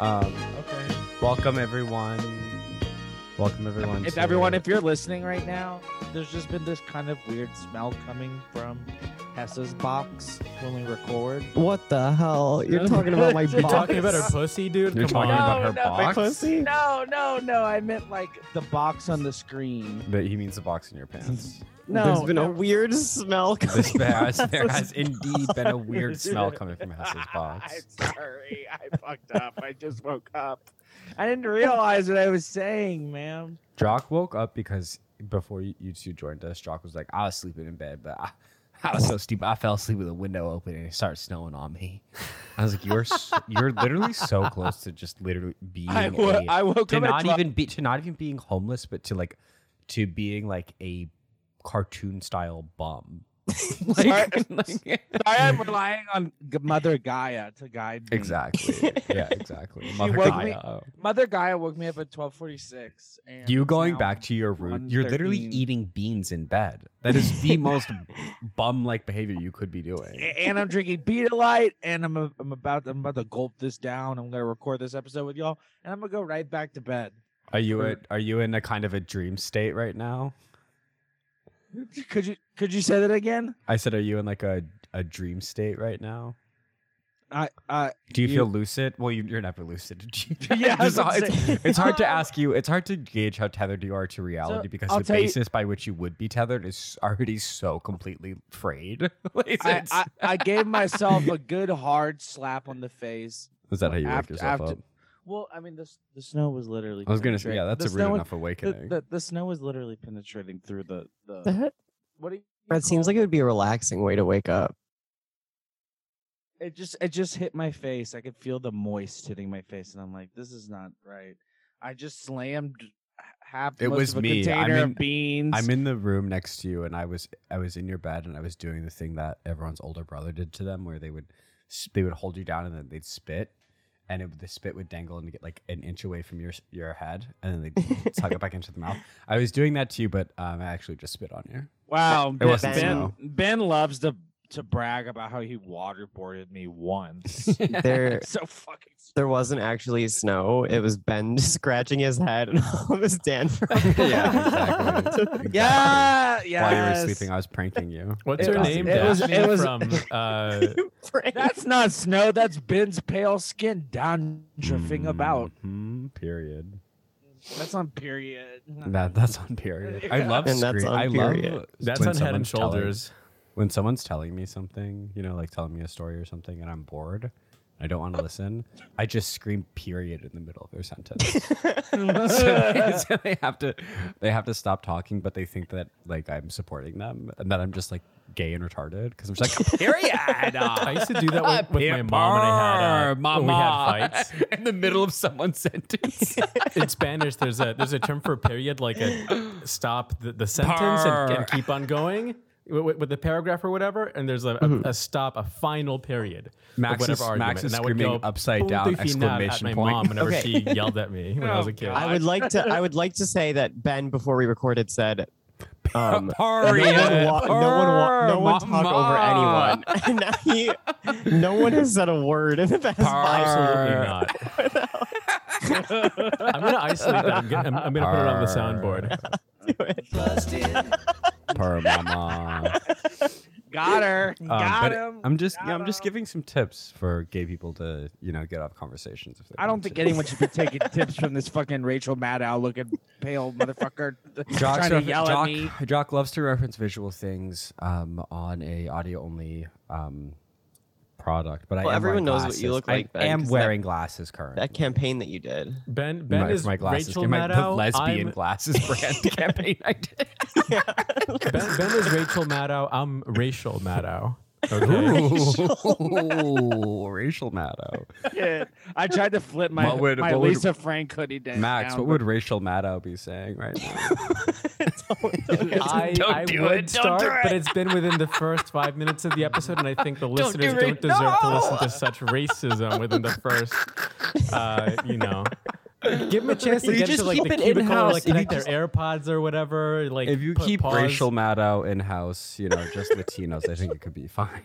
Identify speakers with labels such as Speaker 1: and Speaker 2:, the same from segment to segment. Speaker 1: Um,
Speaker 2: Okay.
Speaker 1: welcome everyone. Welcome everyone.
Speaker 2: If
Speaker 1: to-
Speaker 2: everyone, if you're listening right now, there's just been this kind of weird smell coming from Hessa's box when we record.
Speaker 3: What the hell? You're talking about my
Speaker 2: You're
Speaker 3: box?
Speaker 4: talking about her pussy, dude.
Speaker 1: You're
Speaker 4: Come on.
Speaker 1: talking about her
Speaker 2: No, no,
Speaker 3: my
Speaker 1: box.
Speaker 3: pussy?
Speaker 2: No, no, no. I meant like the box on the screen.
Speaker 1: But he means the box in your pants.
Speaker 2: No,
Speaker 3: There's been a
Speaker 2: no.
Speaker 3: weird smell coming.
Speaker 1: This, there, has,
Speaker 3: out of
Speaker 1: there
Speaker 3: this-
Speaker 1: has indeed been a weird smell coming from Hess's
Speaker 2: I'm
Speaker 1: box.
Speaker 2: sorry. I fucked up. I just woke up. I didn't realize what I was saying, ma'am.
Speaker 1: Jock woke up because before you, you two joined us, Jock was like, I was sleeping in bed, but I, I was so stupid. I fell asleep with the window open and it started snowing on me. I was like, you're s- you're literally so close to just literally being
Speaker 2: I,
Speaker 1: a-
Speaker 2: wo- I woke
Speaker 1: to
Speaker 2: up at
Speaker 1: not
Speaker 2: 12
Speaker 1: even be to not even being homeless, but to like to being like a cartoon style bum.
Speaker 2: Sorry. Sorry, I'm relying on G- Mother Gaia to guide me.
Speaker 1: exactly. yeah, exactly.
Speaker 2: woke me- Mother Gaia woke me up at 12:46. and
Speaker 1: You
Speaker 2: it's
Speaker 1: going
Speaker 2: now-
Speaker 1: back to your root? You're literally
Speaker 2: 1:13.
Speaker 1: eating beans in bed. That is the most bum like behavior you could be doing.
Speaker 2: A- and I'm drinking Beta Light, and I'm a, I'm about I'm about to gulp this down. I'm gonna record this episode with y'all, and I'm gonna go right back to bed.
Speaker 1: Are you a, are you in a kind of a dream state right now?
Speaker 2: Could you could you say that again?
Speaker 1: I said, are you in like a, a dream state right now?
Speaker 2: I uh
Speaker 1: Do you,
Speaker 2: You-
Speaker 1: feel lucid? Well, you, you're never lucid.
Speaker 2: Yeah, I
Speaker 1: it's,
Speaker 2: was gonna say-
Speaker 1: it's, it's hard to ask you. It's hard to gauge how tethered you are to reality because
Speaker 2: I'll
Speaker 1: the
Speaker 2: tell you-
Speaker 1: basis by which you would be tethered is already so completely frayed. Like,
Speaker 2: I,
Speaker 1: it's-
Speaker 2: I, I gave myself a good hard slap on the face.
Speaker 1: is that how you wake
Speaker 2: after-
Speaker 1: yourself
Speaker 2: after-
Speaker 1: up?
Speaker 2: Well, I mean the s- the snow was literally.
Speaker 1: I was gonna
Speaker 2: penetrating-
Speaker 1: say, yeah, that's
Speaker 2: the
Speaker 1: a rude
Speaker 2: snow was-
Speaker 1: enough awakening.
Speaker 2: The, the, the snow was literally penetrating through the the.
Speaker 3: That,
Speaker 2: What do you?
Speaker 3: that seems like it would be a relaxing way to wake up.
Speaker 2: it just it just hit my face. I could feel the moist hitting my face, and I'm like, this is not right. I just slammed h- half.
Speaker 1: It
Speaker 2: most
Speaker 1: was
Speaker 2: of a
Speaker 1: me.
Speaker 2: Container
Speaker 1: I'm in-
Speaker 2: of beans.
Speaker 1: I'm in the room next to you, and I was I was in your bed, and I was doing the thing that everyone's older brother did to them, where they would s- they would hold you down, and then they'd spit, and it, the spit would dangle and get like an inch away from your s- your head, and then they would suck it back into the mouth. I was doing that to you, but um, I actually just spit on you.
Speaker 2: wow, Ben,
Speaker 1: wasn't
Speaker 2: ben,
Speaker 1: snow.
Speaker 2: ben loves to to brag about how he waterboarded me once.
Speaker 3: There,
Speaker 2: It's so fucking.
Speaker 3: there wasn't actually snow. It was Ben scratching his head and all of his dandruff.
Speaker 1: yeah, exactly. exactly.
Speaker 2: Yeah, yeah.
Speaker 1: While you were sleeping, I was pranking you.
Speaker 4: What's
Speaker 2: It
Speaker 4: her
Speaker 2: was-
Speaker 4: name?
Speaker 2: it was-
Speaker 4: Daphne
Speaker 2: it was-
Speaker 4: from uh,
Speaker 3: Frank.
Speaker 2: That's not snow. That's Ben's pale skin
Speaker 1: Mm.
Speaker 2: dandruffing about.
Speaker 1: Mhm, Mm-hmm. period.
Speaker 2: That's on period.
Speaker 1: That that's on period. I
Speaker 2: Yeah.
Speaker 1: love
Speaker 3: And that's
Speaker 1: screen-
Speaker 3: on
Speaker 1: I love
Speaker 3: period.
Speaker 4: that's
Speaker 1: when
Speaker 4: on Head and
Speaker 1: someone's telling-
Speaker 4: Shoulders.
Speaker 1: when someone's telling me something, you know, like telling me a story or something, and I'm bored, I don't want to listen, I just scream "period" in the middle of their sentence. so, so they have to, they have to stop talking, but they think that like I'm supporting them and that I'm just like gay and retarded because I'm just like period.
Speaker 4: I used to do that with, with my mom, and I had uh, when we had fights.
Speaker 1: in the middle of someone's sentence.
Speaker 4: in Spanish, there's a there's a term for a period, like a stop the, the sentence and, and keep on going with, with the paragraph or whatever. And there's a, a, a stop, a final period. of
Speaker 1: Mm-hmm. Max is-
Speaker 4: whatever argument.
Speaker 1: Max is
Speaker 4: and I would
Speaker 1: screaming
Speaker 4: go,
Speaker 1: upside
Speaker 4: "Punto
Speaker 1: down
Speaker 4: y final," at
Speaker 1: exclamation
Speaker 4: my
Speaker 1: point. Oh,
Speaker 4: mom whenever
Speaker 3: Okay.
Speaker 4: she yelled at me when I was a kid.
Speaker 3: I would like to. I would like to say that Ben, before we recorded, said, um,
Speaker 1: Period.
Speaker 3: No one, wa- no one, wa- no one talk over
Speaker 1: Mama.
Speaker 3: anyone. And now he, no one has said a word in the past five.
Speaker 4: Absolutely not. I'm gonna isolate that. I'm gonna, I'm, I'm gonna put it on the soundboard.
Speaker 1: Per mama.
Speaker 2: Got her.
Speaker 1: Um,
Speaker 2: Got
Speaker 1: but
Speaker 2: him.
Speaker 1: I'm just,
Speaker 2: Got
Speaker 1: yeah, I'm just
Speaker 2: him.
Speaker 1: giving some tips for gay people to, you know, get off conversations. If they
Speaker 2: I don't
Speaker 1: want
Speaker 2: think
Speaker 1: to.
Speaker 2: anyone should be taking tips from this fucking Rachel Maddow looking pale motherfucker
Speaker 1: Jock's
Speaker 2: trying to
Speaker 1: refer-
Speaker 2: yell
Speaker 1: Jock-
Speaker 2: at me.
Speaker 1: Jock loves to reference visual things um, on a audio only um, product, but I
Speaker 3: Well,
Speaker 1: am wearing
Speaker 3: everyone knows what you
Speaker 1: glasses.
Speaker 3: look like,
Speaker 1: I
Speaker 3: Ben,
Speaker 1: am
Speaker 3: 'cause
Speaker 1: wearing glasses currently.
Speaker 3: That campaign that you did.
Speaker 4: Ben,
Speaker 1: My-
Speaker 4: Ben is
Speaker 1: my glasses,
Speaker 4: Rachel
Speaker 1: my, the
Speaker 4: Maddow.
Speaker 1: lesbian
Speaker 4: I'm-
Speaker 1: glasses brand campaign I did.
Speaker 4: ben, ben is Rachel Maddow. I'm racial Maddow.
Speaker 1: Ooh, racial Maddow.
Speaker 2: Yeah. I tried to flip my,
Speaker 1: What would-
Speaker 2: my
Speaker 1: what would-
Speaker 2: Lisa Frank hoodie down.
Speaker 1: Max, what
Speaker 2: down,
Speaker 1: would racial Maddow be saying right now?
Speaker 4: I,
Speaker 1: Don't
Speaker 4: I
Speaker 1: do
Speaker 4: would
Speaker 1: it. Don't
Speaker 4: start,
Speaker 1: do it.
Speaker 4: but it's been within the first five minutes of the episode, and I think the listeners
Speaker 1: do
Speaker 4: do
Speaker 1: it.
Speaker 4: not deserve to
Speaker 1: No.
Speaker 4: listen to such racism within the first, uh, you know. Give them a chance to
Speaker 1: You
Speaker 4: get
Speaker 1: just
Speaker 4: into like
Speaker 1: keep
Speaker 4: the
Speaker 1: it
Speaker 4: cubicle, or,
Speaker 1: in-house.
Speaker 4: like
Speaker 1: If you
Speaker 4: connect their AirPods or whatever. Like,
Speaker 1: If you
Speaker 4: put
Speaker 1: keep
Speaker 4: pause.
Speaker 1: racial Maddow in house, you know, just Latinos, I think it could be fine.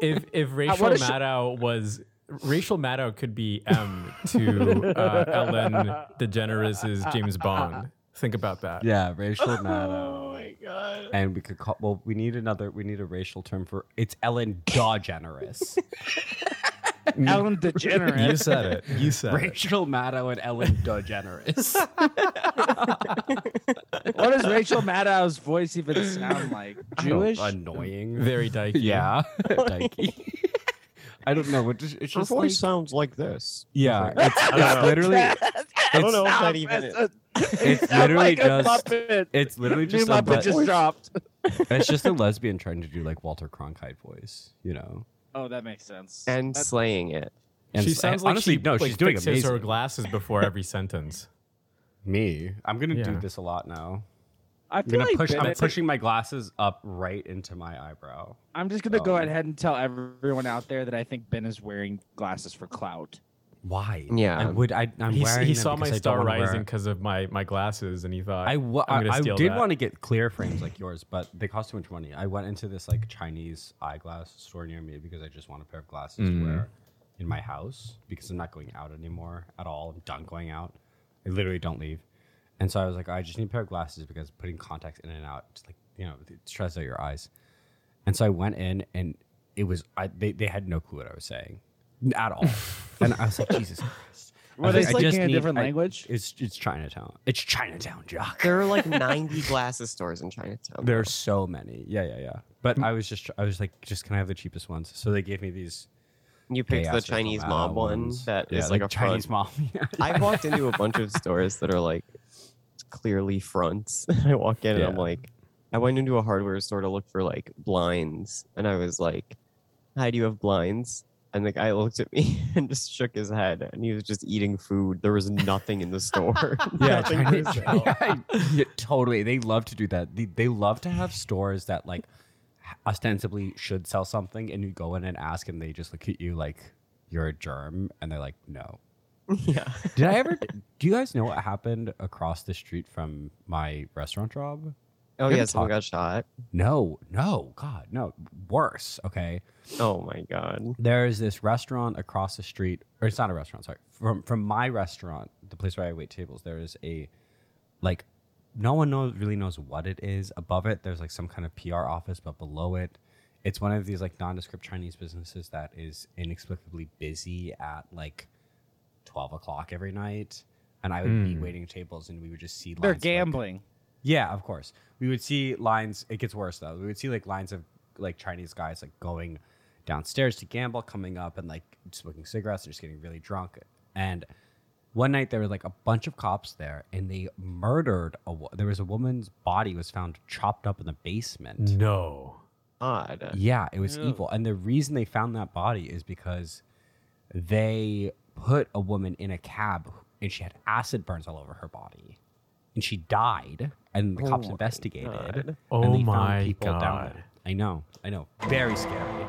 Speaker 4: if if Rachel
Speaker 2: what a sh-
Speaker 4: Maddow was Rachel Maddow could be M to uh, Ellen DeGeneres' James Bond. Think about that.
Speaker 1: Yeah, racial Maddow.
Speaker 3: Oh my god.
Speaker 1: And we could call. Well, we need another. We need a racial term for it's Ellen DeGeneres.
Speaker 2: Ellen DeGeneres.
Speaker 4: You said it. You said it.
Speaker 1: Rachel Maddow and Ellen DeGeneres.
Speaker 2: What does Rachel Maddow's voice even sound like? Jewish?
Speaker 1: annoying.
Speaker 4: Very dykey.
Speaker 1: Yeah, dykey. I don't know. It's just, it's
Speaker 3: Her
Speaker 1: just like,
Speaker 3: voice sounds like this.
Speaker 1: yeah. It's,
Speaker 3: I don't
Speaker 1: it's
Speaker 3: know.
Speaker 1: literally.
Speaker 3: I don't know if
Speaker 2: Stop,
Speaker 3: that even.
Speaker 2: it's a-
Speaker 1: It's
Speaker 2: sound
Speaker 1: literally
Speaker 2: like a
Speaker 1: just-
Speaker 2: Muppet.
Speaker 1: It's literally
Speaker 2: New
Speaker 1: just a,
Speaker 2: Muppet
Speaker 1: but,
Speaker 2: just dropped.
Speaker 1: it's just a lesbian trying to do like Walter Cronkite voice, you know.
Speaker 2: Oh, that makes sense.
Speaker 3: And
Speaker 2: That's-
Speaker 3: slaying it.
Speaker 4: she
Speaker 1: s-
Speaker 4: sounds like
Speaker 1: honestly
Speaker 4: she
Speaker 1: no,
Speaker 4: like,
Speaker 1: she's doing
Speaker 4: fixes
Speaker 1: amazing.
Speaker 4: her glasses before every sentence.
Speaker 1: Me, I'm gonna do
Speaker 4: Yeah.
Speaker 1: this a lot now.
Speaker 2: I
Speaker 1: I'm
Speaker 2: feel
Speaker 1: gonna
Speaker 2: like
Speaker 1: push. I'm
Speaker 2: Bennett-
Speaker 1: pushing my glasses up right into my eyebrow.
Speaker 2: I'm just gonna go
Speaker 1: Um,
Speaker 2: ahead and tell everyone out there that I think Ben is wearing glasses for clout.
Speaker 1: Why?
Speaker 3: Yeah.
Speaker 1: I would. I, I'm
Speaker 4: He, s-
Speaker 1: wearing.
Speaker 4: he
Speaker 1: them
Speaker 4: saw my
Speaker 1: because I don't
Speaker 4: star
Speaker 1: wanna wear-
Speaker 4: rising because of my, my glasses, and he thought,
Speaker 1: I wa-
Speaker 4: I'm gonna
Speaker 1: I- I
Speaker 4: steal
Speaker 1: did
Speaker 4: that.
Speaker 1: want to get clear frames like yours, but they cost too much money. I went into this like Chinese eyeglass store near me because I just want a pair of glasses
Speaker 4: Mhm.
Speaker 1: to wear in my house because I'm not going out anymore at all. I'm done going out. I literally don't leave. And so I was like, I just need a pair of glasses because putting contacts in and out, it's like, you know, it stresses out your eyes. And so I went in and it was, I, they, they had no clue what I was saying at all. and I was like, Jesus Christ. I
Speaker 2: Were
Speaker 1: was
Speaker 2: they
Speaker 1: like, I
Speaker 2: speaking
Speaker 1: just
Speaker 2: a
Speaker 1: need-
Speaker 2: different
Speaker 1: I-
Speaker 2: language?
Speaker 1: It's, it's Chinatown. It's Chinatown, Jock.
Speaker 3: There are like 90 glasses stores in Chinatown.
Speaker 1: There are so many. Yeah, yeah, yeah. But I was just, I was like, just can I have the cheapest ones? So they gave me these.
Speaker 3: You picked the
Speaker 1: chaos Rachel
Speaker 3: Chinese
Speaker 1: Maddow
Speaker 3: mob one
Speaker 1: ones.
Speaker 3: that is
Speaker 1: Yeah,
Speaker 3: like,
Speaker 1: the
Speaker 3: a
Speaker 1: Chinese
Speaker 3: front.
Speaker 1: mob.
Speaker 3: I've walked into a bunch of stores that are like clearly fronts. I walk in and I'm
Speaker 1: Yeah.
Speaker 3: like, I went into a hardware store to look for like blinds, and I was like, "Hi, do you have blinds?" And the guy looked at me and just shook his head, and he was just eating food. There was nothing in the store.
Speaker 1: yeah,
Speaker 3: Nothing
Speaker 1: Chinese,
Speaker 3: to sell.
Speaker 1: yeah, yeah, totally. They love to do that. They, they love to have stores that like ostensibly should sell something, and you go in and ask, and they just look at you like you're a germ, and they're like, no.
Speaker 3: Yeah.
Speaker 1: Did I ever? do you guys know what happened across the street from my restaurant job?
Speaker 3: Oh
Speaker 1: haven't
Speaker 3: yeah, someone
Speaker 1: talked-
Speaker 3: got shot.
Speaker 1: No, no, God, no. Worse. Okay.
Speaker 3: Oh my god.
Speaker 1: there is this restaurant across the street, or it's not a restaurant, sorry, from from my restaurant, the place where I wait tables. There is a like no one knows really knows what it is. Above it, there's like some kind of PR office, but below it, it's one of these like nondescript Chinese businesses that is inexplicably busy at like twelve o'clock every night. And I would be
Speaker 4: Mm.
Speaker 1: waiting tables, and we would just see lines
Speaker 2: They're
Speaker 1: for, like,
Speaker 2: gambling.
Speaker 1: yeah, of course. We would see lines. It gets worse though. We would see like lines of like Chinese guys like going downstairs to gamble, coming up and like smoking cigarettes and just getting really drunk. And one night there were like a bunch of cops there, and they murdered a. wo- There was a woman's body was found chopped up in the basement.
Speaker 4: No.
Speaker 3: Odd.
Speaker 1: Yeah, it was
Speaker 2: Ew.
Speaker 1: evil. And the reason they found that body is because they put a woman in a cab and she had acid burns all over her body. And she died, and the
Speaker 3: Oh
Speaker 1: cops
Speaker 3: my
Speaker 1: investigated.
Speaker 3: God.
Speaker 1: and
Speaker 4: Oh
Speaker 1: they found
Speaker 4: my
Speaker 1: people down
Speaker 4: God.
Speaker 1: there. I know, I know. Very scary.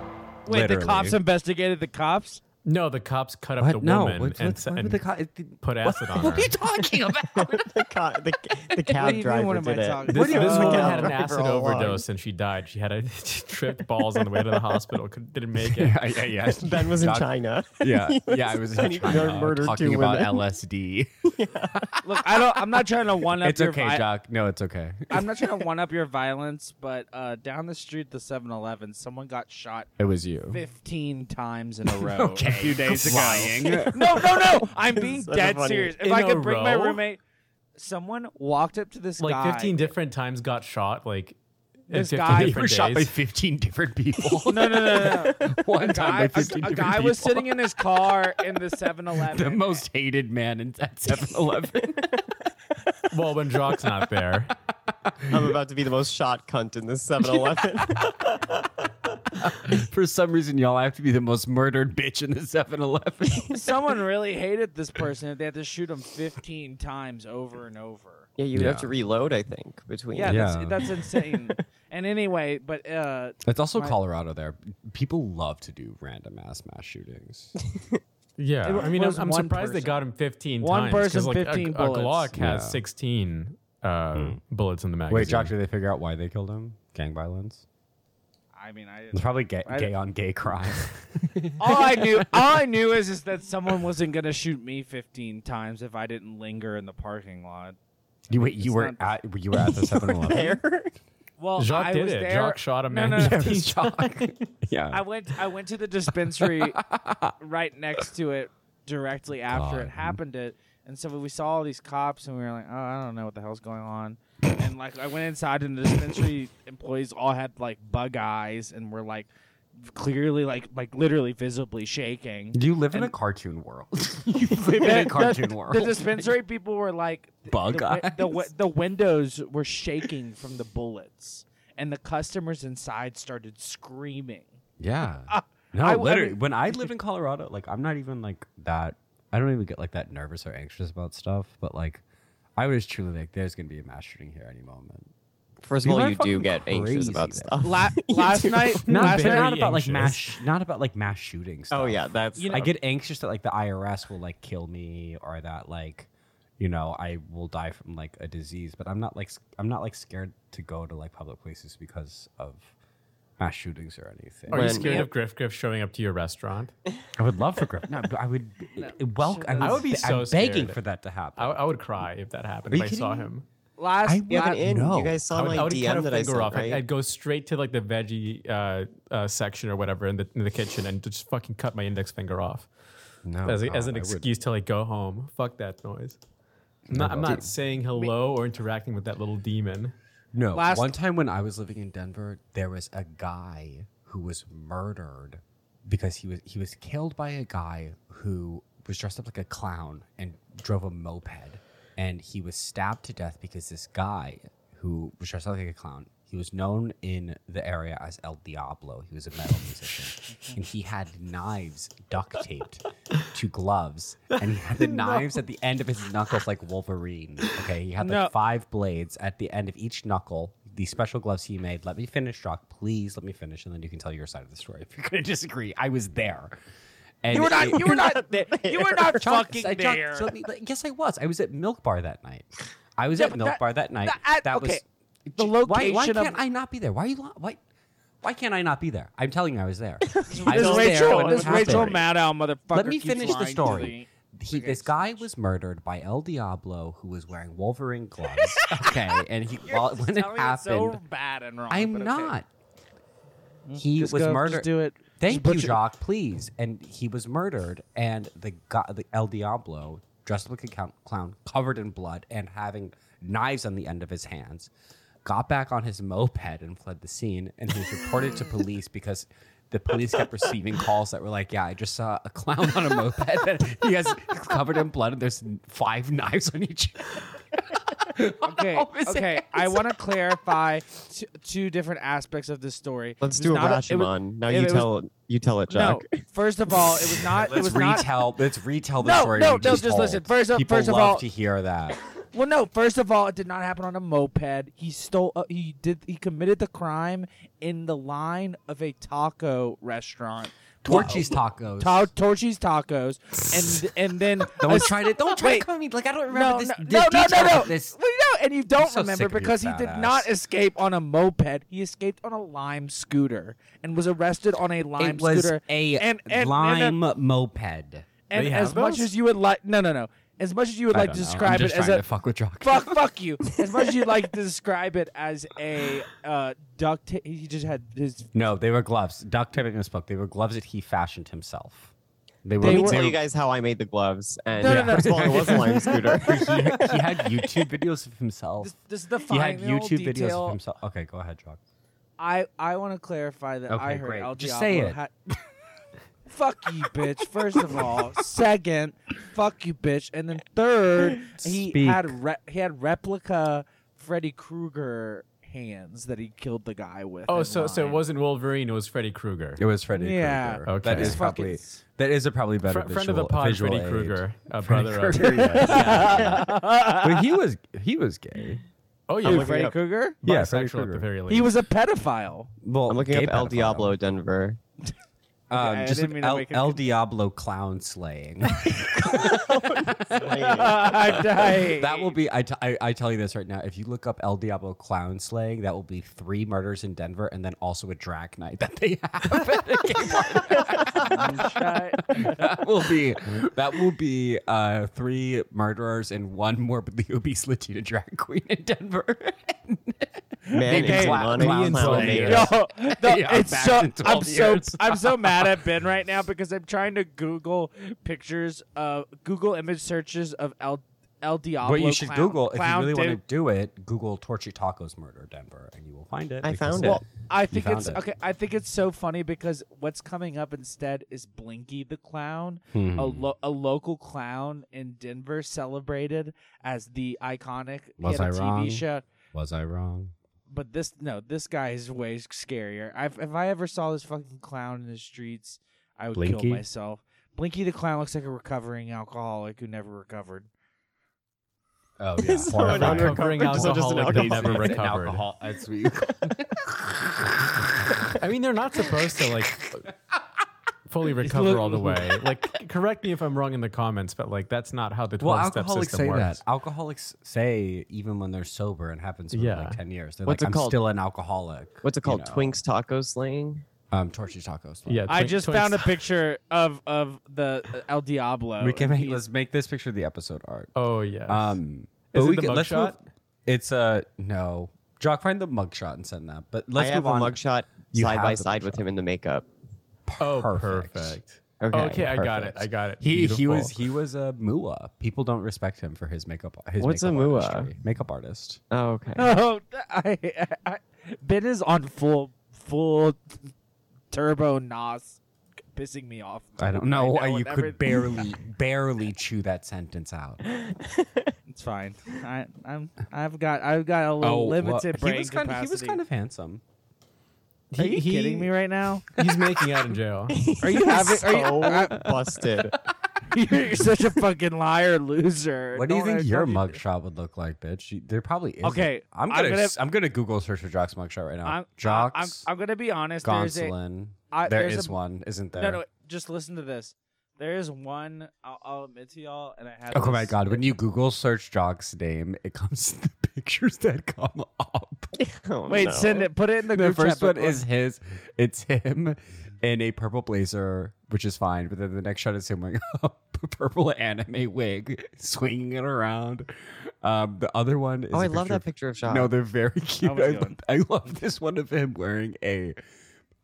Speaker 2: Wait,
Speaker 1: Literally.
Speaker 2: the cops investigated the cops?
Speaker 4: No, the cops cut up
Speaker 1: What?
Speaker 4: the
Speaker 1: no,
Speaker 4: woman
Speaker 1: what-
Speaker 4: and,
Speaker 1: what-
Speaker 4: s-
Speaker 1: what
Speaker 4: and
Speaker 1: would the co- it did-
Speaker 4: put acid on
Speaker 1: What
Speaker 4: her.
Speaker 1: are you talking about?
Speaker 3: the, co- the, the
Speaker 2: What do you
Speaker 3: cab
Speaker 2: mean,
Speaker 3: driver
Speaker 2: what am I
Speaker 3: did it.
Speaker 2: talking-
Speaker 4: This,
Speaker 2: What do you
Speaker 4: this
Speaker 2: mean?
Speaker 4: woman
Speaker 2: Oh.
Speaker 4: had an acid
Speaker 3: Driver all along.
Speaker 4: overdose and she died. She had a she tripped balls on the way to the hospital. Could, didn't make it.
Speaker 1: yeah, yeah, yeah.
Speaker 3: Ben was in
Speaker 1: Doc-
Speaker 3: China.
Speaker 1: Yeah, yeah. I was in
Speaker 3: Chinese
Speaker 4: uh,
Speaker 1: China
Speaker 3: murdered
Speaker 1: talking
Speaker 3: two
Speaker 1: about
Speaker 3: women.
Speaker 1: LSD.
Speaker 2: Look, I don't I'm not trying to one up
Speaker 1: it's
Speaker 2: your
Speaker 1: okay,
Speaker 2: vi-
Speaker 1: Jock. No, it's okay.
Speaker 2: I'm not trying to one up your violence, but uh, down the street the 7-Eleven, someone got shot
Speaker 1: It was you.
Speaker 2: 15 times in a row a few days ago.
Speaker 1: Lying.
Speaker 2: no, no, no. I'm being
Speaker 3: So
Speaker 2: dead
Speaker 3: funny.
Speaker 2: serious. If
Speaker 4: In
Speaker 2: I
Speaker 4: a
Speaker 2: could bring my
Speaker 4: row?
Speaker 2: roommate, someone walked up to this
Speaker 4: Like
Speaker 2: guy.
Speaker 4: 15 different times got shot. Like at
Speaker 2: This
Speaker 4: 15
Speaker 2: guy- You
Speaker 4: different days.
Speaker 1: 15 different people.
Speaker 2: No, no, no, no. no.
Speaker 1: One
Speaker 2: A guy, a- a guy was sitting in his car in the 7-Eleven.
Speaker 1: most hated man in, at 7 Eleven.
Speaker 4: well, when Jock's not there.
Speaker 3: I'm about to be the most shot cunt in this 7 Eleven.
Speaker 1: For some reason, y'all have to be the most murdered bitch in the 7 Eleven.
Speaker 2: someone really hated this person if they had to shoot him 15 times over and over.
Speaker 3: Yeah, you would have to
Speaker 1: Yeah.
Speaker 3: reload, I think, between.
Speaker 2: Yeah,
Speaker 1: Yeah.
Speaker 2: That's, that's insane. and anyway, but uh,
Speaker 1: It's also
Speaker 2: My-
Speaker 1: Colorado there. People love to do random ass mass shootings.
Speaker 4: Yeah,
Speaker 2: It
Speaker 4: I mean, I'm,
Speaker 2: was
Speaker 4: I'm
Speaker 2: one
Speaker 4: surprised they
Speaker 2: person.
Speaker 4: got him 15
Speaker 2: One
Speaker 4: times. 'cause,
Speaker 2: person,
Speaker 4: like, a-
Speaker 2: 15
Speaker 4: a,
Speaker 2: bullets.
Speaker 4: Glock has
Speaker 1: Yeah.
Speaker 4: 16
Speaker 3: Hmm.
Speaker 4: uh, bullets in the magazine.
Speaker 1: Wait, Josh, did they figure out why they killed him? Gang violence?
Speaker 2: I I mean, I
Speaker 1: It's probably gay,
Speaker 2: I-
Speaker 1: gay on gay crime.
Speaker 2: all I knew, all I knew is is that someone wasn't gonna shoot me 15 times if I didn't linger in the parking lot.
Speaker 1: you wait, you
Speaker 2: It's
Speaker 1: were
Speaker 2: not-
Speaker 1: at you were at the 7-Eleven.
Speaker 2: Well,
Speaker 4: Jacques
Speaker 2: Oh, I
Speaker 4: did
Speaker 2: was
Speaker 4: it.
Speaker 2: there.
Speaker 4: Jacques shot a
Speaker 2: No,
Speaker 4: man.
Speaker 2: no, no.
Speaker 4: with
Speaker 1: It was
Speaker 4: teeth.
Speaker 1: Jacques. yeah.
Speaker 2: I went. I went to the dispensary right next to it, directly after
Speaker 1: God.
Speaker 2: it happened. It and so we saw all these cops, and we were like, "Oh, I don't know what the hell's going on." and like, I went inside, and the dispensary employees all had like bug eyes, and were like, clearly, like, like literally visibly shaking.
Speaker 1: you live in a
Speaker 2: and-
Speaker 1: cartoon world. you live in a
Speaker 2: The-
Speaker 1: cartoon
Speaker 2: the,
Speaker 1: world.
Speaker 2: The dispensary people were like
Speaker 1: Bug
Speaker 2: the, wi-
Speaker 1: eyes.
Speaker 2: The, wi- the windows were shaking from the bullets, and the customers inside started screaming.
Speaker 1: Yeah.
Speaker 2: Ah,
Speaker 1: no,
Speaker 2: I- I
Speaker 1: literally.
Speaker 2: mean-
Speaker 1: when I lived in Colorado, like I'm not even like that. I don't even get like that nervous or anxious about stuff. But like, I was truly like, there's gonna be a mass shooting here any moment.
Speaker 3: First of
Speaker 1: People
Speaker 3: all,
Speaker 1: are
Speaker 3: you do
Speaker 1: fucking
Speaker 3: get anxious
Speaker 1: crazy,
Speaker 3: about
Speaker 1: though.
Speaker 3: stuff.
Speaker 2: La-
Speaker 3: You
Speaker 2: last
Speaker 3: do.
Speaker 2: night,
Speaker 1: Not,
Speaker 2: last
Speaker 1: but
Speaker 4: very
Speaker 1: not
Speaker 2: night,
Speaker 1: about like mass.
Speaker 4: anxious.
Speaker 1: Sh- not about like mass shooting stuff.
Speaker 3: Oh yeah, that's.
Speaker 2: You know-
Speaker 1: I get anxious that like the IRS will like kill me or that like, you know, I will die from like a disease. But I'm not like s- I'm not like scared to go to like public places because of mass shootings or anything.
Speaker 4: Are you
Speaker 3: When-
Speaker 4: scared
Speaker 3: yeah.
Speaker 4: of Griff Griff showing up to your restaurant?
Speaker 1: I would love for Griffin. No, but I would welcome. I,
Speaker 4: I would be so
Speaker 1: am begging
Speaker 4: scared.
Speaker 1: for that to happen.
Speaker 4: I, I would cry if that
Speaker 1: Are
Speaker 4: happened. If
Speaker 1: you
Speaker 4: I
Speaker 1: kidding
Speaker 4: saw
Speaker 1: me?
Speaker 4: him,
Speaker 2: last
Speaker 1: I
Speaker 3: You have
Speaker 2: la-
Speaker 3: an in.
Speaker 1: No.
Speaker 3: You guys
Speaker 4: I
Speaker 3: saw
Speaker 4: would,
Speaker 3: my
Speaker 4: I would
Speaker 3: DM
Speaker 4: cut a
Speaker 3: that I
Speaker 4: finger
Speaker 3: sent,
Speaker 4: off. I'd-
Speaker 3: right?
Speaker 4: I'd go straight to like the veggie uh, uh, section or whatever in the in the kitchen and just fucking cut my index finger off
Speaker 1: no,
Speaker 4: as, a, as
Speaker 1: God,
Speaker 4: an
Speaker 1: I would-
Speaker 4: excuse to like go home. Fuck that noise. I'm not, I'm not saying hello or interacting with that little demon.
Speaker 1: No,
Speaker 2: Last-
Speaker 1: one time when I was living in Denver, there was a guy who was murdered because he was he was killed by a guy who was dressed up like a clown and drove a moped, and he was stabbed to death because this guy who was dressed up like a clown. He was known in the area as El Diablo. He was a metal musician, and he had knives duct taped to gloves, and he had the knives at the end of his knuckles like Wolverine. Okay, he had like
Speaker 2: No.
Speaker 1: five blades at the end of each knuckle. These special gloves he made. Let me finish, Jock. Please let me finish, and then you can tell your side of the story. If you're gonna disagree, I was there. And
Speaker 2: you were not.
Speaker 1: it-
Speaker 2: You were not. there. You were not
Speaker 1: Jock,
Speaker 2: fucking
Speaker 1: I- Jock,
Speaker 2: there.
Speaker 1: so let me- but yes, I was. I was at Milk Bar that night. I was
Speaker 2: Yeah,
Speaker 1: at
Speaker 2: but
Speaker 1: Milk
Speaker 2: that-
Speaker 1: Bar that night.
Speaker 2: that- I-
Speaker 1: That was
Speaker 2: okay. The
Speaker 1: Why, why
Speaker 2: location
Speaker 1: can't
Speaker 2: of-
Speaker 1: I not be there? Why are you? lo- Why? Why can't I not be there? I'm telling you, I was there. I
Speaker 2: This
Speaker 1: was there
Speaker 2: Rachel,
Speaker 1: when
Speaker 2: this
Speaker 1: it
Speaker 2: Rachel
Speaker 1: happened.
Speaker 2: Maddow motherfucker.
Speaker 1: Let me
Speaker 2: keeps
Speaker 1: finish the
Speaker 2: lying to
Speaker 1: story.
Speaker 2: me.
Speaker 1: He,
Speaker 2: Okay,
Speaker 1: this
Speaker 2: so
Speaker 1: guy was murdered by El Diablo, who was wearing Wolverine gloves. okay, and he while, when it
Speaker 2: Tell me it's
Speaker 1: happened,
Speaker 2: so bad and wrong.
Speaker 1: I'm
Speaker 2: Oh, but okay. Hmm?
Speaker 1: not. He
Speaker 2: Just
Speaker 1: was
Speaker 2: go,
Speaker 1: murdered.
Speaker 2: Just do it.
Speaker 1: Thank
Speaker 2: Just
Speaker 1: you,
Speaker 2: butcher-
Speaker 1: Jock, please. And he was murdered, and the guy, the El Diablo, dressed like a count, clown, covered in blood and having knives on the end of his hands, got back on his moped and fled the scene. And he was reported to police because the police kept receiving calls that were like, "Yeah, I just saw a clown on a moped that he has he's covered in blood, and there's five knives on each."
Speaker 2: Okay,
Speaker 1: Oh, his
Speaker 2: okay. I want to clarify two, two different aspects of this story.
Speaker 3: Let's
Speaker 2: It was
Speaker 3: do a
Speaker 2: not it was-
Speaker 3: Rashomon. Now
Speaker 2: it
Speaker 3: you
Speaker 2: was-
Speaker 3: tell you tell it, Jack.
Speaker 2: No, first of all, it was not. it
Speaker 1: Let's
Speaker 2: was not.
Speaker 1: retell. let's retell the
Speaker 2: No,
Speaker 1: story.
Speaker 2: no,
Speaker 1: we
Speaker 2: no, just
Speaker 1: told.
Speaker 2: listen. First of-
Speaker 1: people
Speaker 2: first of
Speaker 1: love
Speaker 2: all-
Speaker 1: to hear that.
Speaker 2: Well, no. First of all, it did not happen on a moped. He stole. Uh, he did. He committed the crime in the line of a taco restaurant.
Speaker 1: Torchy's tacos.
Speaker 2: Ta- Torchy's Tacos, and and then
Speaker 1: Don't try to don't try
Speaker 2: Wait.
Speaker 1: to come at me like I don't remember
Speaker 2: no,
Speaker 1: this,
Speaker 2: no,
Speaker 1: this
Speaker 2: no, no, no,
Speaker 1: detail
Speaker 2: no,
Speaker 1: of this.
Speaker 2: Well, no, and you don't
Speaker 1: so
Speaker 2: remember
Speaker 1: sick of you,
Speaker 2: because he
Speaker 1: fat
Speaker 2: did
Speaker 1: ass.
Speaker 2: not escape on a moped. He escaped on a Lime scooter and was arrested on a Lime
Speaker 1: It was
Speaker 2: scooter.
Speaker 1: a
Speaker 2: and, and,
Speaker 1: lime
Speaker 2: and, uh,
Speaker 1: moped.
Speaker 2: and,
Speaker 4: They
Speaker 2: as
Speaker 4: have
Speaker 2: much
Speaker 4: those?
Speaker 2: as you would like, no, no, no. As much as you would like to describe it as a
Speaker 1: fuck with Jock.
Speaker 2: fuck, fuck you. As much as you would like to describe it as a uh, duct, ta- he just had his
Speaker 1: No, they were gloves. Duct tape and spoke. They were gloves that he fashioned himself. They were.
Speaker 3: Let me
Speaker 1: they
Speaker 3: tell
Speaker 1: were-
Speaker 3: you guys how I made the gloves. And
Speaker 2: No, no, no.
Speaker 3: first of all, it was a lime scooter.
Speaker 1: he, he had YouTube videos of himself.
Speaker 2: This, this is the
Speaker 1: He had
Speaker 2: final
Speaker 1: YouTube videos
Speaker 2: detail.
Speaker 1: of himself. Okay, go ahead, Jock.
Speaker 2: I I want to clarify that I
Speaker 1: Okay,
Speaker 2: heard
Speaker 1: great.
Speaker 2: El
Speaker 1: Just
Speaker 2: Diablo
Speaker 1: say it.
Speaker 2: had- fuck you, bitch. First of all, second, fuck you, bitch, and then third, he
Speaker 1: Speak.
Speaker 2: had re- he had replica Freddy Krueger hands that he killed the guy with.
Speaker 4: Oh,
Speaker 2: in
Speaker 4: so so it
Speaker 2: line.
Speaker 4: wasn't Wolverine. It was Freddy Krueger.
Speaker 1: It was Freddy
Speaker 2: Yeah.
Speaker 1: Krueger.
Speaker 4: Okay.
Speaker 1: That
Speaker 4: It's
Speaker 1: is
Speaker 2: fucking-
Speaker 1: probably that is a probably better
Speaker 4: Fr- friend of
Speaker 1: visual-
Speaker 4: the pod,
Speaker 1: visual
Speaker 4: Freddy
Speaker 1: aid.
Speaker 4: Krueger, a
Speaker 1: Freddy
Speaker 4: brother of.
Speaker 1: Krueger, yes. but he was he was gay.
Speaker 4: Oh,
Speaker 2: Dude,
Speaker 4: yeah,
Speaker 3: it
Speaker 2: Freddy
Speaker 3: up.
Speaker 2: Krueger.
Speaker 1: Yeah, Freddy
Speaker 4: bisexual at
Speaker 1: Krueger.
Speaker 4: the very least.
Speaker 2: He was a pedophile.
Speaker 1: Well,
Speaker 3: I'm looking
Speaker 1: gay
Speaker 3: up El
Speaker 1: pedophile.
Speaker 3: Diablo Denver.
Speaker 1: Um,
Speaker 2: I
Speaker 1: just
Speaker 2: didn't
Speaker 1: look
Speaker 2: mean to
Speaker 1: El,
Speaker 2: make it
Speaker 1: El
Speaker 2: con-
Speaker 1: Diablo clown slaying.
Speaker 2: I'm dying.
Speaker 1: that will be. I, t- I, I tell you this right now. If you look up El Diablo clown slaying, that will be three murders in Denver, and then also a drag night that they have. at a gay bar. that will be. That will be uh, three murderers and one morbidly obese Latina drag queen in Denver.
Speaker 3: Man,
Speaker 1: They
Speaker 3: it's
Speaker 1: cla-
Speaker 3: Lana
Speaker 1: clown
Speaker 3: Del
Speaker 1: slaying.
Speaker 3: Rey.
Speaker 1: Yeah.
Speaker 2: Yo, the-
Speaker 1: Yeah,
Speaker 2: it's
Speaker 1: back
Speaker 2: so,
Speaker 1: in 12
Speaker 2: I'm so
Speaker 1: years.
Speaker 2: I'm so mad at Ben right now because I'm trying to Google pictures of Google image searches of El El Diablo.
Speaker 1: what you should
Speaker 2: clown-
Speaker 1: Google if you
Speaker 2: clown
Speaker 1: really want to
Speaker 2: Dave-
Speaker 1: do it, Google Torchy Tacos murder Denver, and you will find it.
Speaker 3: I
Speaker 1: because
Speaker 3: found
Speaker 2: Well,
Speaker 3: it.
Speaker 2: I think
Speaker 1: found
Speaker 2: it's
Speaker 1: it.
Speaker 2: okay. I think it's so funny because what's coming up instead is Blinky the clown,
Speaker 1: Hmm.
Speaker 2: a, lo- a local clown in Denver, celebrated as the iconic he
Speaker 1: Was
Speaker 2: had a
Speaker 1: I
Speaker 2: TV
Speaker 1: wrong?
Speaker 2: show.
Speaker 1: Was I wrong?
Speaker 2: But this no, this guy is way scarier. I've, if I ever saw this fucking clown in the streets, I would
Speaker 1: Blinky?
Speaker 2: kill myself. Blinky the clown looks like a recovering alcoholic who never recovered.
Speaker 1: Oh yeah,
Speaker 3: Horrifying.
Speaker 4: An
Speaker 3: Unrecovered,
Speaker 4: uncovering
Speaker 3: so just an
Speaker 4: alcoholic that
Speaker 3: alcoholic.
Speaker 4: never
Speaker 1: An
Speaker 4: recovered.
Speaker 1: alcohol- that's what you call-
Speaker 4: I mean, they're not supposed to like fully recover all the way. Like, correct me if I'm wrong in the comments, but like that's not how the
Speaker 1: well,
Speaker 4: 12 step
Speaker 1: alcoholics
Speaker 4: system
Speaker 1: say
Speaker 4: works.
Speaker 1: that. Alcoholics say even when they're sober and happens for
Speaker 4: Yeah.
Speaker 1: like ten years, they're
Speaker 3: What's
Speaker 1: like, "I'm
Speaker 3: it called?
Speaker 1: still an alcoholic."
Speaker 3: What's it called?
Speaker 1: You know?
Speaker 3: Twinks Taco Slaying?
Speaker 1: Um, torchy tacos.
Speaker 4: Yeah,
Speaker 2: I
Speaker 4: twin-
Speaker 2: just
Speaker 4: twins-
Speaker 2: found a picture of of the uh, El Diablo.
Speaker 1: we can make.
Speaker 2: He's-
Speaker 1: Oh, Let's make this picture the episode art.
Speaker 4: Oh yeah.
Speaker 1: Um, but
Speaker 4: Is it
Speaker 1: we
Speaker 4: the
Speaker 1: can, let's move,
Speaker 4: mugshot?
Speaker 1: It's a no. Jock, find the mugshot and send that. But let's
Speaker 3: I
Speaker 1: move
Speaker 3: have a
Speaker 1: on.
Speaker 3: mugshot
Speaker 1: You
Speaker 3: side
Speaker 1: have
Speaker 3: by
Speaker 1: the
Speaker 3: side with him in the makeup.
Speaker 4: oh,
Speaker 1: perfect.
Speaker 4: perfect.
Speaker 3: Okay.
Speaker 4: Okay, I got it.
Speaker 1: perfect.
Speaker 4: I got it.
Speaker 1: He he
Speaker 4: Beautiful.
Speaker 1: was he was a mua. People don't respect him for his makeup. His
Speaker 3: What's a
Speaker 1: makeup
Speaker 3: mua?
Speaker 1: artistry. Makeup artist.
Speaker 3: Oh, okay.
Speaker 2: Oh, I, I, I, Ben is on full full turbo nos, pissing me off.
Speaker 1: I don't know why
Speaker 2: now
Speaker 1: you
Speaker 2: with
Speaker 1: could
Speaker 2: everything.
Speaker 1: barely barely chew that sentence out.
Speaker 2: It's fine. I, I'm I've got I've got a little
Speaker 1: well,
Speaker 2: limited brain
Speaker 1: Oh, he was kind of,
Speaker 2: capacity.
Speaker 1: he was kind of handsome.
Speaker 2: Are you kidding me right now?
Speaker 4: He's making out in jail.
Speaker 2: Are you having? Are you?
Speaker 3: so busted.
Speaker 2: You're such a fucking liar, loser.
Speaker 1: What do you
Speaker 2: Don't
Speaker 1: think
Speaker 2: I
Speaker 1: your
Speaker 2: told you-
Speaker 1: mugshot would look like, bitch? You- There probably is.
Speaker 2: Okay,
Speaker 1: I'm
Speaker 2: I'm
Speaker 1: gonna I'm
Speaker 2: gonna-
Speaker 1: gonna, Google search for Jock's mugshot right now.
Speaker 2: I'm, I'm,
Speaker 1: Jock's
Speaker 2: I'm gonna be honest. There's a,
Speaker 1: Gonsolin.
Speaker 2: I-
Speaker 1: there
Speaker 2: there's
Speaker 1: is
Speaker 2: a-
Speaker 1: one, isn't there?
Speaker 2: no, no. Just listen to this. There is one. I'll, I'll admit to y'all, and I had.
Speaker 1: Oh my
Speaker 2: this-
Speaker 1: god! When you Google search Jock's name, it comes to the pictures that come up.
Speaker 3: Oh,
Speaker 2: Wait,
Speaker 3: no.
Speaker 2: send it. Put it in the,
Speaker 1: The
Speaker 2: group
Speaker 1: first one
Speaker 2: chat, but-
Speaker 1: is his. It's him in a purple blazer, which is fine. But then the next shot is him wearing a purple anime wig, swinging it around. Um, the other one is.
Speaker 3: Oh,
Speaker 1: a
Speaker 3: I love that
Speaker 1: of-
Speaker 3: picture of Shaw.
Speaker 1: No, they're very cute.
Speaker 2: was
Speaker 1: I,
Speaker 2: good.
Speaker 1: lo- I love this one of him wearing a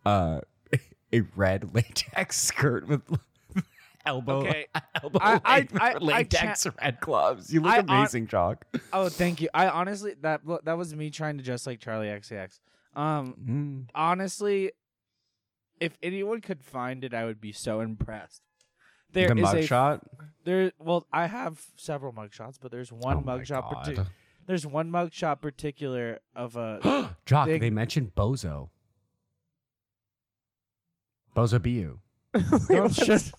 Speaker 1: uh, a red latex skirt with elbow
Speaker 2: Okay.
Speaker 1: elbow
Speaker 2: I- I-
Speaker 1: length
Speaker 2: I- I
Speaker 1: latex red gloves. You look
Speaker 2: I hon-
Speaker 1: amazing, Jock.
Speaker 2: Oh, thank you. I honestly that that was me trying to dress like Charlie XCX. Um, honestly, if anyone could find it, I would be so impressed. There
Speaker 1: the
Speaker 2: is a
Speaker 1: mugshot.
Speaker 2: there. Well, I have several mugshots, but there's
Speaker 1: Oh
Speaker 2: one mugshot. Partic- there's one mugshot particular of a.
Speaker 1: Jock,
Speaker 2: They-
Speaker 1: they, mentioned Bozo. Bozo Biu.
Speaker 2: don't shut-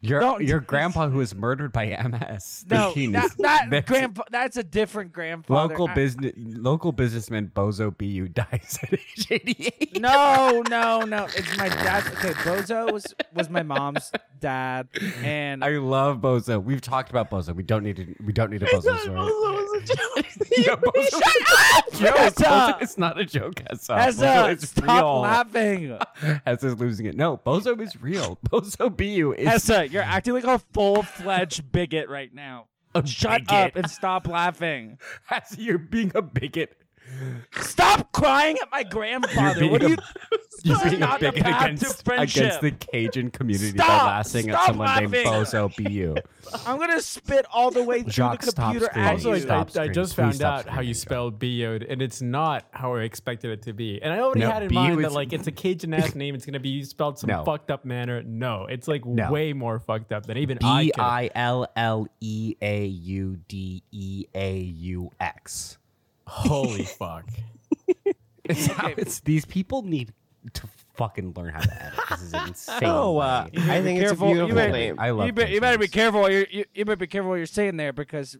Speaker 1: Your
Speaker 2: Don't-
Speaker 1: your grandpa who was murdered by MS.
Speaker 2: no,
Speaker 1: He
Speaker 2: that,
Speaker 1: is-
Speaker 2: that
Speaker 1: that's-
Speaker 2: grandpa. That's a different grandfather.
Speaker 1: Local
Speaker 2: I-
Speaker 1: business, local businessman Bozo Biu dies at age 88.
Speaker 2: No, no, no. It's my dad's. Okay, Bozo was was my mom's dad, and
Speaker 1: I love Bozo. We've talked about Bozo. We don't need to. We don't need a Bozo story. Yeah, Bozo- Yo, it's,
Speaker 2: Shut
Speaker 1: Bozo-
Speaker 2: up.
Speaker 1: it's not a joke, Hessa.
Speaker 2: as
Speaker 1: Bozo
Speaker 2: a
Speaker 1: is
Speaker 2: stop
Speaker 1: real.
Speaker 2: laughing.
Speaker 1: Hessa's losing it. No, Bozo is real. Bozo Biu is
Speaker 2: Essa, you're acting like a full fledged bigot right now.
Speaker 1: a
Speaker 2: Shut
Speaker 1: bigot.
Speaker 2: up and stop laughing.
Speaker 1: Hessa, you're being a bigot.
Speaker 2: Stop crying at my grandfather.
Speaker 1: You're
Speaker 2: What are
Speaker 1: being
Speaker 2: you?
Speaker 1: You're
Speaker 2: This is
Speaker 1: being a
Speaker 2: not the
Speaker 1: bigot
Speaker 2: path to
Speaker 1: against,
Speaker 2: friendship.
Speaker 1: against the Cajun community by
Speaker 2: Stop!
Speaker 1: laughing at
Speaker 2: Stop
Speaker 1: someone named
Speaker 2: laughing!
Speaker 1: Bozo Biu.
Speaker 2: I'm gonna spit all the way through
Speaker 1: Jock,
Speaker 2: the
Speaker 1: stop
Speaker 2: computer
Speaker 1: screaming.
Speaker 2: at
Speaker 4: Also,
Speaker 2: you.
Speaker 4: I,
Speaker 1: Stop
Speaker 4: I- I
Speaker 1: screaming.
Speaker 4: just
Speaker 1: Please
Speaker 4: found
Speaker 1: stop
Speaker 4: out how
Speaker 1: screaming,
Speaker 4: you
Speaker 1: Joe.
Speaker 4: spell Biod, and it's not how I expected it to be. And I already
Speaker 1: No,
Speaker 4: had in
Speaker 1: Biod
Speaker 4: mind that
Speaker 1: is-
Speaker 4: like it's a Cajun ass name. It's gonna be spelled some
Speaker 1: No.
Speaker 4: fucked up manner. No, it's like
Speaker 1: No.
Speaker 4: way more fucked up than even I
Speaker 1: B
Speaker 4: could.
Speaker 1: i l l e a u d e a u x.
Speaker 4: Holy fuck!
Speaker 1: It's, how it's these people need to fucking learn how to edit. This is insane.
Speaker 3: No, uh,
Speaker 1: buddy.
Speaker 3: I think it's a
Speaker 2: careful. Oh, You
Speaker 3: beautiful
Speaker 2: better-
Speaker 3: name.
Speaker 1: I love.
Speaker 2: You, be, you
Speaker 1: those
Speaker 2: better be
Speaker 1: names.
Speaker 2: careful. what You're, you you better be careful what you're saying there because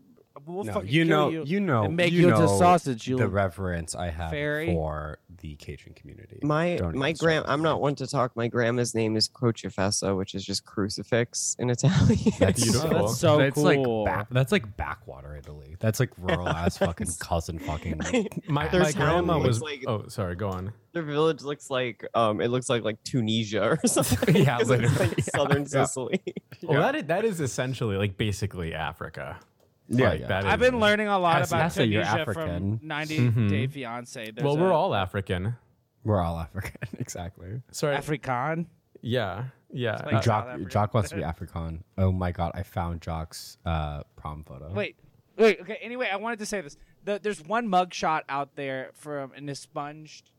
Speaker 2: we'll
Speaker 1: no,
Speaker 2: fucking
Speaker 1: you
Speaker 2: kill
Speaker 1: know,
Speaker 2: you.
Speaker 1: you, know,
Speaker 2: and make
Speaker 1: you
Speaker 2: you into
Speaker 1: know
Speaker 2: sausage, you
Speaker 1: the
Speaker 2: little
Speaker 1: reverence I have
Speaker 2: fairy.
Speaker 1: for the Cajun community.
Speaker 3: My
Speaker 1: Don't
Speaker 3: my
Speaker 1: even start
Speaker 3: grand
Speaker 1: with
Speaker 3: I'm
Speaker 1: that.
Speaker 3: not one to talk. My grandma's name is Crocifessa, which is just crucifix in Italian.
Speaker 1: That's
Speaker 4: Beautiful.
Speaker 1: so-
Speaker 4: That's
Speaker 2: so
Speaker 1: that's
Speaker 2: cool.
Speaker 1: Like back, that's like backwater Italy. That's like rural ass fucking cousin fucking.
Speaker 4: My,
Speaker 1: Their
Speaker 4: my
Speaker 1: town
Speaker 4: grandma
Speaker 1: looks
Speaker 4: was.
Speaker 3: like-
Speaker 4: oh, sorry. Go on.
Speaker 3: Their village looks like um, it looks like like Tunisia or something.
Speaker 1: Yeah,
Speaker 3: 'cause it's
Speaker 1: literally.
Speaker 3: like southern
Speaker 1: Yeah.
Speaker 3: Sicily.
Speaker 4: Well, that is, that is essentially like basically Africa.
Speaker 1: Yeah,
Speaker 4: Like,
Speaker 1: yeah.
Speaker 4: that
Speaker 2: I've
Speaker 4: is-
Speaker 2: been learning a lot
Speaker 1: As-
Speaker 2: about
Speaker 1: as a- you're
Speaker 2: Tunisia from
Speaker 1: African. Mm-hmm.
Speaker 2: 90
Speaker 4: Mhm.
Speaker 2: Day Fiance. There's
Speaker 4: Well, we're
Speaker 2: a
Speaker 4: all African.
Speaker 1: We're all African, exactly.
Speaker 4: Sorry.
Speaker 2: African.
Speaker 4: yeah. Yeah.
Speaker 2: like-
Speaker 4: Uh,
Speaker 2: South
Speaker 1: Jock,
Speaker 2: African.
Speaker 1: Jock wants to be African. Oh my god, I found Jock's uh, prom photo.
Speaker 2: Wait, wait. Okay. Anyway, I wanted to say this. The, there's one mugshot out there from an expunged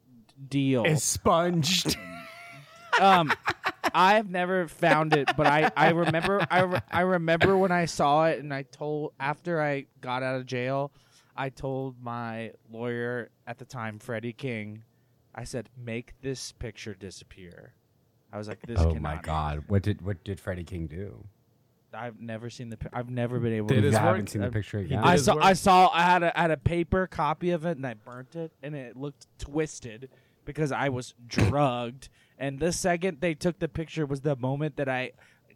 Speaker 2: deal.
Speaker 1: Expunged.
Speaker 2: um, I've never found it, but I, I remember I, re- I remember when I saw it, and I told after I got out of jail, I told my lawyer at the time, Freddie King, I said, make this picture disappear. I was like, this.
Speaker 1: oh
Speaker 2: cannot
Speaker 1: my god, what did what did Freddie King do?
Speaker 2: I've never seen the. pi- I've never been able.
Speaker 4: Did
Speaker 2: to
Speaker 4: his
Speaker 1: I
Speaker 4: work-
Speaker 1: haven't seen the
Speaker 2: I've-
Speaker 1: picture
Speaker 4: he
Speaker 1: again.
Speaker 4: did
Speaker 2: I
Speaker 4: his
Speaker 2: saw.
Speaker 4: work?
Speaker 2: I saw. I had a I had a paper copy of it, and I burnt it, and it looked twisted because I was drugged. And the second they took the picture was the moment that I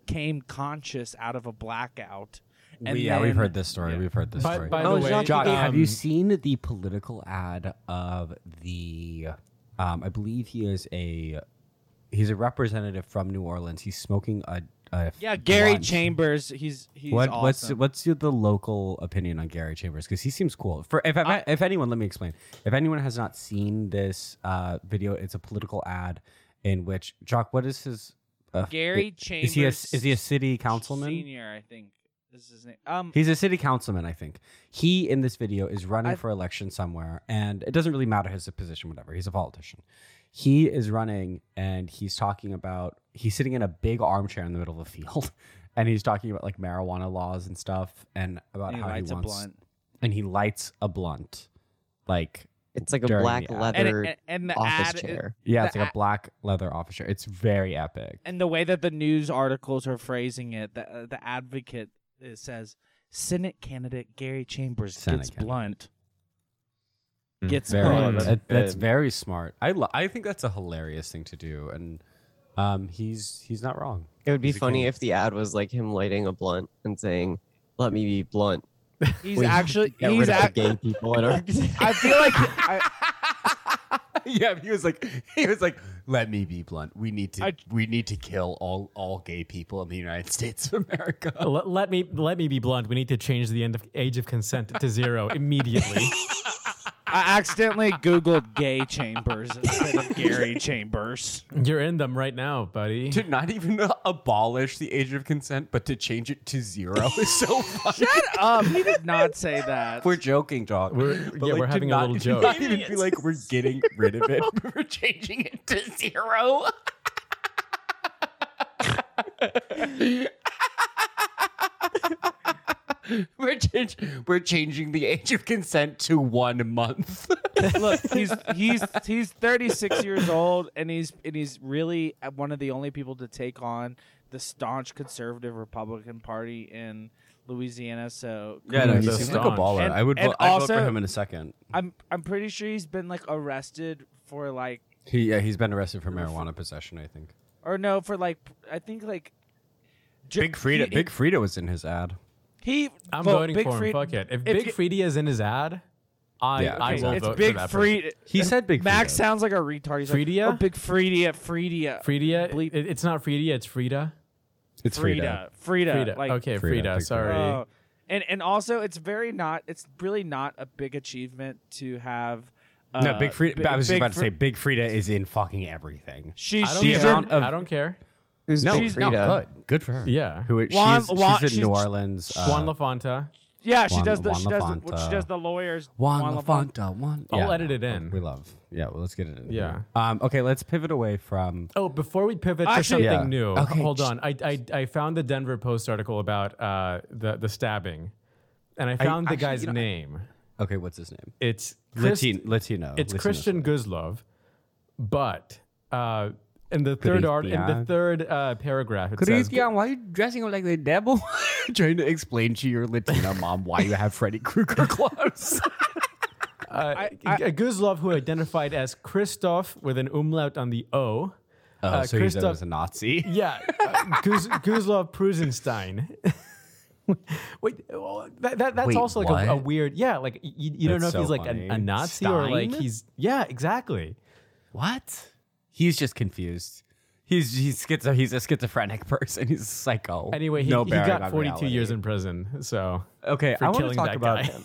Speaker 2: came conscious out of a blackout. And
Speaker 1: We- yeah, we've
Speaker 2: then-
Speaker 1: heard this story.
Speaker 2: yeah.
Speaker 1: We've heard this
Speaker 4: By-
Speaker 1: story.
Speaker 4: by the Oh, way, Jackie,
Speaker 1: Jock, have
Speaker 4: um,
Speaker 1: you seen the political ad of the? Um, I believe he is a, he's a representative from New Orleans. He's smoking a. a
Speaker 2: Yeah, Gary
Speaker 1: blunt.
Speaker 2: Chambers. He's he's
Speaker 1: What,
Speaker 2: awesome.
Speaker 1: What's what's your- the local opinion on Gary Chambers? Because he seems cool. For if, if, if anyone, let me explain. If anyone has not seen this uh, video, it's a political ad in which Jock. What is his? Uh,
Speaker 2: Gary
Speaker 1: Is he a,
Speaker 2: Chambers?
Speaker 1: is he a city councilman?
Speaker 2: Senior, I think is his name. Um,
Speaker 1: He's a city councilman, I think. He in this video is running
Speaker 2: I-
Speaker 1: for election somewhere, and it doesn't really matter his position, whatever. He's a politician. He is running, and he's talking about he's sitting in a big armchair in the middle of a field, and he's talking about like marijuana laws and stuff, and about
Speaker 2: and he
Speaker 1: how he
Speaker 2: lights a
Speaker 1: wants
Speaker 2: blunt.
Speaker 1: and he lights a blunt, like
Speaker 3: It's like a
Speaker 1: During
Speaker 3: black
Speaker 1: the ad.
Speaker 2: And, it-
Speaker 3: leather
Speaker 2: and, and the
Speaker 3: office
Speaker 2: ad, it-
Speaker 3: chair.
Speaker 1: yeah, it's
Speaker 2: The
Speaker 1: like
Speaker 2: a-
Speaker 1: a black leather officer. It's very epic.
Speaker 2: and the way that the news articles are phrasing it, the uh, the advocate it says Senate candidate Gary Chambers
Speaker 1: Senate
Speaker 2: gets
Speaker 1: candidate.
Speaker 2: blunt.
Speaker 4: Mm.
Speaker 2: Gets
Speaker 1: very
Speaker 4: Oh,
Speaker 2: blunt.
Speaker 4: that's
Speaker 1: that- that's
Speaker 3: good.
Speaker 1: very smart. I lo- I think that's a hilarious thing to do, and um, he's he's not wrong.
Speaker 3: It would be
Speaker 1: He's a
Speaker 3: funny
Speaker 1: king.
Speaker 3: if the ad was like him lighting a blunt and saying, "Let me be blunt."
Speaker 2: He's
Speaker 3: We have
Speaker 2: actually
Speaker 3: Get
Speaker 2: he's
Speaker 3: rid of
Speaker 2: act-
Speaker 3: the gay people in our.
Speaker 2: I feel like I,
Speaker 1: yeah, he was like, he was like, let me be blunt. We need to,
Speaker 2: I-
Speaker 1: we need to kill all all gay people in the United States of America.
Speaker 4: Let, let me let me be blunt. We need to change the end of age of consent to zero immediately.
Speaker 2: I accidentally googled gay Chambers instead of Gary Chambers.
Speaker 4: You're in them right now, buddy.
Speaker 1: to not even abolish the age of consent, but to change it to zero is so funny.
Speaker 2: Um, he did not say that.
Speaker 1: We're joking, dog.
Speaker 4: We're-
Speaker 1: But,
Speaker 4: yeah, we're
Speaker 1: to
Speaker 4: having a
Speaker 1: not-
Speaker 4: little joke.
Speaker 1: Not even be like we're getting rid of it. we're changing it to zero. we're, change, we're changing the age of consent to one month.
Speaker 2: Look, he's he's he's 36 years old, and he's and he's really one of the only people to take on the staunch conservative Republican Party in Louisiana. So
Speaker 1: Mm,
Speaker 4: Yeah, no, he seems like a baller.
Speaker 2: And- I would and vote- I'd vote for also- him
Speaker 1: in a second.
Speaker 2: I'm I'm pretty sure he's been like arrested for like
Speaker 1: He, yeah, he's been arrested for marijuana possession, I think.
Speaker 2: or no for like I think like ju-
Speaker 1: Big Frida,
Speaker 2: he-
Speaker 1: Big Frida was in his ad.
Speaker 2: He
Speaker 4: I'm
Speaker 2: well,
Speaker 4: voting
Speaker 2: Big
Speaker 4: for him.
Speaker 2: Fried-
Speaker 4: Fuck it. If,
Speaker 2: if
Speaker 4: Big
Speaker 2: you-
Speaker 4: Freedy is in his ad, I
Speaker 1: Yeah,
Speaker 4: I
Speaker 1: okay.
Speaker 4: will
Speaker 2: it's
Speaker 4: vote
Speaker 2: Big
Speaker 4: for that person.
Speaker 2: Frida.
Speaker 1: He said Big
Speaker 2: Max
Speaker 1: Frida.
Speaker 2: sounds like a retard. He's
Speaker 4: Frida?
Speaker 2: Like, oh, Big Frida, Frida,
Speaker 4: Frida,
Speaker 2: Bleep.
Speaker 4: it- it's not Frida, it's Frida.
Speaker 1: It's
Speaker 2: Frida, Frida.
Speaker 4: Frida.
Speaker 2: Like,
Speaker 4: okay,
Speaker 1: Frida,
Speaker 4: Frida.
Speaker 1: Big Frida.
Speaker 4: sorry.
Speaker 2: Oh. And and also, it's very not. It's really not a big achievement to have. Uh,
Speaker 1: no, Big Frida.
Speaker 2: Bi-
Speaker 1: I was just
Speaker 2: Big
Speaker 1: about to
Speaker 2: Fri-
Speaker 1: say Big Frida is in fucking everything.
Speaker 2: She,
Speaker 4: I don't
Speaker 2: she's
Speaker 4: care.
Speaker 2: in,
Speaker 1: of-
Speaker 4: I don't care.
Speaker 3: Who's
Speaker 1: No,
Speaker 3: Big
Speaker 1: she's
Speaker 3: Frida?
Speaker 1: no, good. Good for her.
Speaker 4: Yeah.
Speaker 1: Who is
Speaker 2: Juan-
Speaker 1: she's,
Speaker 2: Juan-
Speaker 1: she's in
Speaker 2: she's-
Speaker 1: New Orleans. Uh,
Speaker 4: Juan LaFonta.
Speaker 2: yeah, she
Speaker 1: Juan-
Speaker 2: does the
Speaker 1: Juan
Speaker 2: she does the, well, she
Speaker 1: Lafanta.
Speaker 2: does the lawyers.
Speaker 1: Juan,
Speaker 2: Lafanta.
Speaker 1: LaFonta. Juan.
Speaker 4: I'll edit it in.
Speaker 1: We love. Yeah, well, let's get it in.
Speaker 4: Yeah.
Speaker 1: here. Um. Okay, let's pivot away from.
Speaker 4: Oh, before we pivot to
Speaker 2: Actually-
Speaker 4: something
Speaker 1: Yeah.
Speaker 4: new,
Speaker 1: Okay,
Speaker 4: hold
Speaker 1: sh-
Speaker 4: on. I, I I found the Denver Post article about uh, the the stabbing, and I found the
Speaker 1: actually,
Speaker 4: guy's
Speaker 1: you know, I-
Speaker 4: name.
Speaker 1: Okay, what's his name?
Speaker 4: It's Christ-
Speaker 1: Latin, Latino.
Speaker 4: It's
Speaker 1: Latino.
Speaker 4: Christian Guzlov, but uh, in the third art in the
Speaker 1: Christian.
Speaker 4: third uh, paragraph it says uh,
Speaker 1: Christian, why are you dressing up like the devil? Trying to explain to your Latina mom why you have Freddy Krueger gloves.
Speaker 4: uh, Guzlov, who identified as Christoph with an umlaut on the O.
Speaker 1: Oh, so
Speaker 4: Uh,
Speaker 1: he said it
Speaker 4: Christoph-
Speaker 1: was a Nazi.
Speaker 4: Yeah, uh, Guz, Guzlov Prusenstein. Wait, well, that, that, that's
Speaker 1: Wait,
Speaker 4: also like a, a
Speaker 1: what?
Speaker 4: weird, yeah. Like y- you, you don't know if
Speaker 1: That's
Speaker 4: he's
Speaker 1: so
Speaker 4: like an, a
Speaker 1: funny.
Speaker 4: Nazi or like
Speaker 1: Stein?
Speaker 4: he's yeah, exactly.
Speaker 1: What? He's just confused. He's he's schizo. He's a schizophrenic person. He's a psycho.
Speaker 4: Anyway, he,
Speaker 1: No
Speaker 4: he
Speaker 1: bearing
Speaker 4: got
Speaker 1: on
Speaker 4: 42
Speaker 1: reality.
Speaker 4: years in prison. So
Speaker 1: Okay,
Speaker 4: for
Speaker 1: I want to
Speaker 4: killing
Speaker 1: talk
Speaker 4: that
Speaker 1: about
Speaker 4: guy.
Speaker 1: him.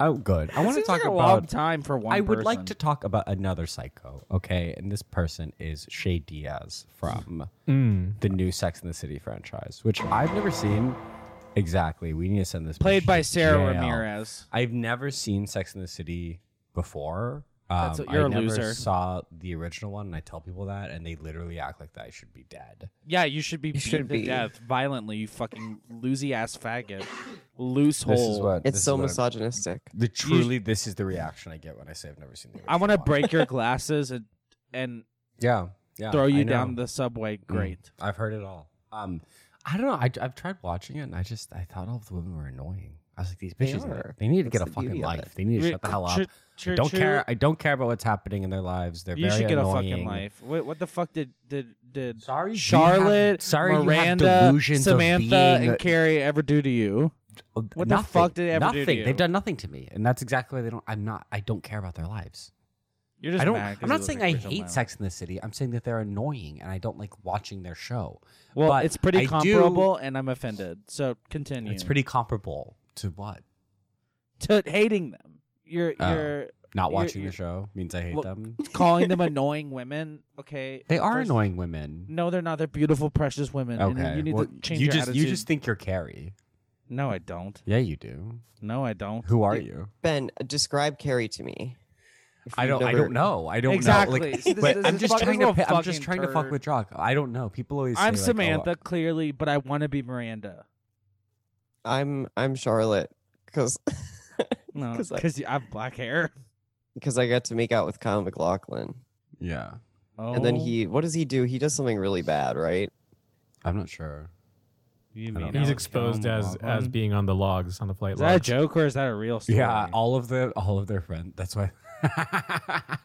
Speaker 1: Oh, good. I want to
Speaker 2: Seems
Speaker 1: talk
Speaker 2: like a long
Speaker 1: about.
Speaker 2: time for one.
Speaker 1: I would like to
Speaker 2: person.
Speaker 1: talk about another psycho. Okay, and this person is Shay Diaz from
Speaker 2: Mm-hmm.
Speaker 4: Mm.
Speaker 1: the new Sex in the City franchise, which I've never seen. Exactly. We need to send this
Speaker 2: played
Speaker 1: bitch
Speaker 2: by
Speaker 1: to
Speaker 2: Sarah
Speaker 1: jail.
Speaker 2: Ramirez.
Speaker 1: I've never seen Sex in the City before. Um,
Speaker 2: That's- you're
Speaker 1: I
Speaker 2: a
Speaker 1: never
Speaker 2: loser.
Speaker 1: saw the original one, and I tell people that, and they literally act like that I should be dead.
Speaker 2: Yeah, you should be beaten
Speaker 3: should
Speaker 2: to
Speaker 3: be.
Speaker 2: death violently. You fucking loosey ass faggot, loose hole.
Speaker 1: This is what
Speaker 3: It's
Speaker 1: this is what
Speaker 3: so
Speaker 1: I'm-
Speaker 3: misogynistic.
Speaker 1: The truly, this is the reaction I get when I say I've never seen the.
Speaker 2: I want to
Speaker 1: original one.
Speaker 2: break your glasses and and
Speaker 1: Yeah, yeah.
Speaker 2: throw
Speaker 1: I
Speaker 2: you
Speaker 1: know. Mm.
Speaker 2: down the subway. Great.
Speaker 1: I've heard it all. Um, I don't know. I, I've tried watching it, and I just I thought all the women were annoying. I was like, these bitches, they,
Speaker 3: are.
Speaker 1: need to
Speaker 3: That's
Speaker 1: get a
Speaker 3: the
Speaker 1: fucking
Speaker 3: beauty of
Speaker 1: life.
Speaker 3: it.
Speaker 1: They need to
Speaker 2: Re-
Speaker 1: shut the hell up.
Speaker 2: tr-
Speaker 1: I
Speaker 2: tr-
Speaker 1: don't
Speaker 2: tr-
Speaker 1: care. I don't care about what's happening in their lives. They're
Speaker 2: You
Speaker 1: very
Speaker 2: should get
Speaker 1: annoying.
Speaker 2: a fucking life. What, what the fuck did did did
Speaker 1: Sorry, you have-
Speaker 2: Charlotte,
Speaker 1: sorry, you have
Speaker 2: Miranda,
Speaker 1: delusions of
Speaker 2: Samantha,
Speaker 1: being-
Speaker 2: and Carrie ever do to you? What the fuck did they ever do to
Speaker 1: nothing.
Speaker 2: you?
Speaker 1: They've done nothing to me, and that's exactly why they don't. I'm not. I don't care about their lives.
Speaker 2: You're just
Speaker 1: I don't.
Speaker 2: mad 'cause
Speaker 1: I'm
Speaker 2: you
Speaker 1: not
Speaker 2: live
Speaker 1: saying
Speaker 2: in
Speaker 1: I
Speaker 2: Rachel
Speaker 1: hate
Speaker 2: Maddow.
Speaker 1: Sex in the City. I'm saying that they're annoying, and I don't like watching their show.
Speaker 2: Well,
Speaker 1: But
Speaker 2: it's pretty
Speaker 1: I do-
Speaker 2: comparable, and I'm offended. So continue.
Speaker 1: It's pretty comparable to what?
Speaker 2: to hating them. You're
Speaker 1: Oh.
Speaker 2: you're
Speaker 1: Not
Speaker 2: You're-
Speaker 1: watching
Speaker 2: you're-
Speaker 1: the show means I hate
Speaker 2: Well,
Speaker 1: them.
Speaker 2: calling them annoying women. Okay,
Speaker 1: They are
Speaker 2: first-
Speaker 1: annoying women.
Speaker 2: No, they're not. They're beautiful, precious women. and
Speaker 1: Okay.
Speaker 2: you need
Speaker 1: well,
Speaker 2: to change
Speaker 1: you
Speaker 2: your
Speaker 1: just
Speaker 2: attitude.
Speaker 1: you just think you're Carrie.
Speaker 2: no, I don't.
Speaker 1: Yeah, you do.
Speaker 2: No, I don't.
Speaker 1: Who are you?
Speaker 3: Ben, describe Carrie to me. If
Speaker 1: I
Speaker 3: you've
Speaker 1: don't. I
Speaker 3: never-
Speaker 1: don't know. I don't
Speaker 2: exactly.
Speaker 1: know. Like,
Speaker 2: See, this-
Speaker 1: but
Speaker 2: this
Speaker 1: I'm
Speaker 2: is
Speaker 1: just
Speaker 2: fucking-
Speaker 1: trying
Speaker 2: this
Speaker 1: to.
Speaker 2: is a
Speaker 1: pi- I'm just
Speaker 2: fucking
Speaker 1: trying to fuck
Speaker 2: turd.
Speaker 1: with Jock. I don't know. People always.
Speaker 2: I'm
Speaker 1: say, like, oh,
Speaker 2: Samantha clearly, but I want to be Miranda.
Speaker 3: I'm I'm Charlotte because
Speaker 2: No,
Speaker 3: 'Cause I-
Speaker 2: because I have black hair.
Speaker 3: because I got to make out with Kyle McLaughlin,
Speaker 1: yeah.
Speaker 2: Oh,
Speaker 3: and then he what does he do? He does something really bad, right?
Speaker 1: I'm not sure.
Speaker 2: You
Speaker 1: don't
Speaker 2: mean
Speaker 1: know.
Speaker 4: He's
Speaker 1: Alex
Speaker 4: exposed
Speaker 2: Jones,
Speaker 4: as
Speaker 2: Baldwin?
Speaker 4: as being on the logs on the flight
Speaker 2: Is that a
Speaker 4: logs.
Speaker 2: joke or is that a real story?
Speaker 1: Yeah, all of the all of their friends. That's why.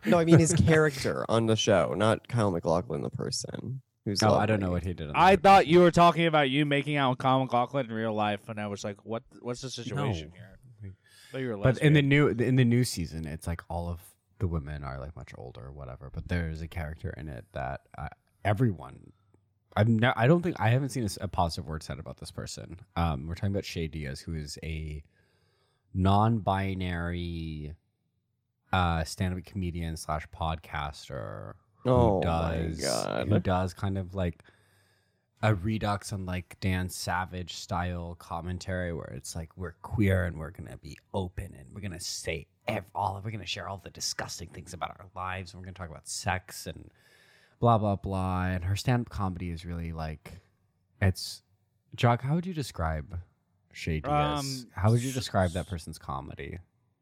Speaker 3: No, I mean his character on the show, not Kyle McLaughlin, the person who's.
Speaker 1: No, Oh, I don't know
Speaker 3: lovely.
Speaker 1: what he did. on the
Speaker 2: I
Speaker 1: movie.
Speaker 2: thought you were talking about you making out with Colin McLaughlin in real life, and I was like, "What? What's the situation here?" But you were
Speaker 1: but in
Speaker 2: lesbian.
Speaker 1: the new in the new season, it's like all of the women are like much older, or whatever. But there's a character in it that uh, everyone. I've ne- I don't think I haven't seen a, s- a positive word said about this person. Um, we're talking about Shay Diaz, who is a non-binary uh, stand-up comedian slash podcaster who
Speaker 3: Oh my
Speaker 1: does
Speaker 3: God.
Speaker 1: who does kind of like a redux on like Dan Savage style commentary where it's like we're queer and we're gonna be open and we're gonna say ev- all we're gonna share all the disgusting things about our lives and we're gonna talk about sex and blah blah blah and her stand up comedy is really like it's Jock how would you describe Shay Diaz?
Speaker 2: Um,
Speaker 1: how would you describe that person's comedy?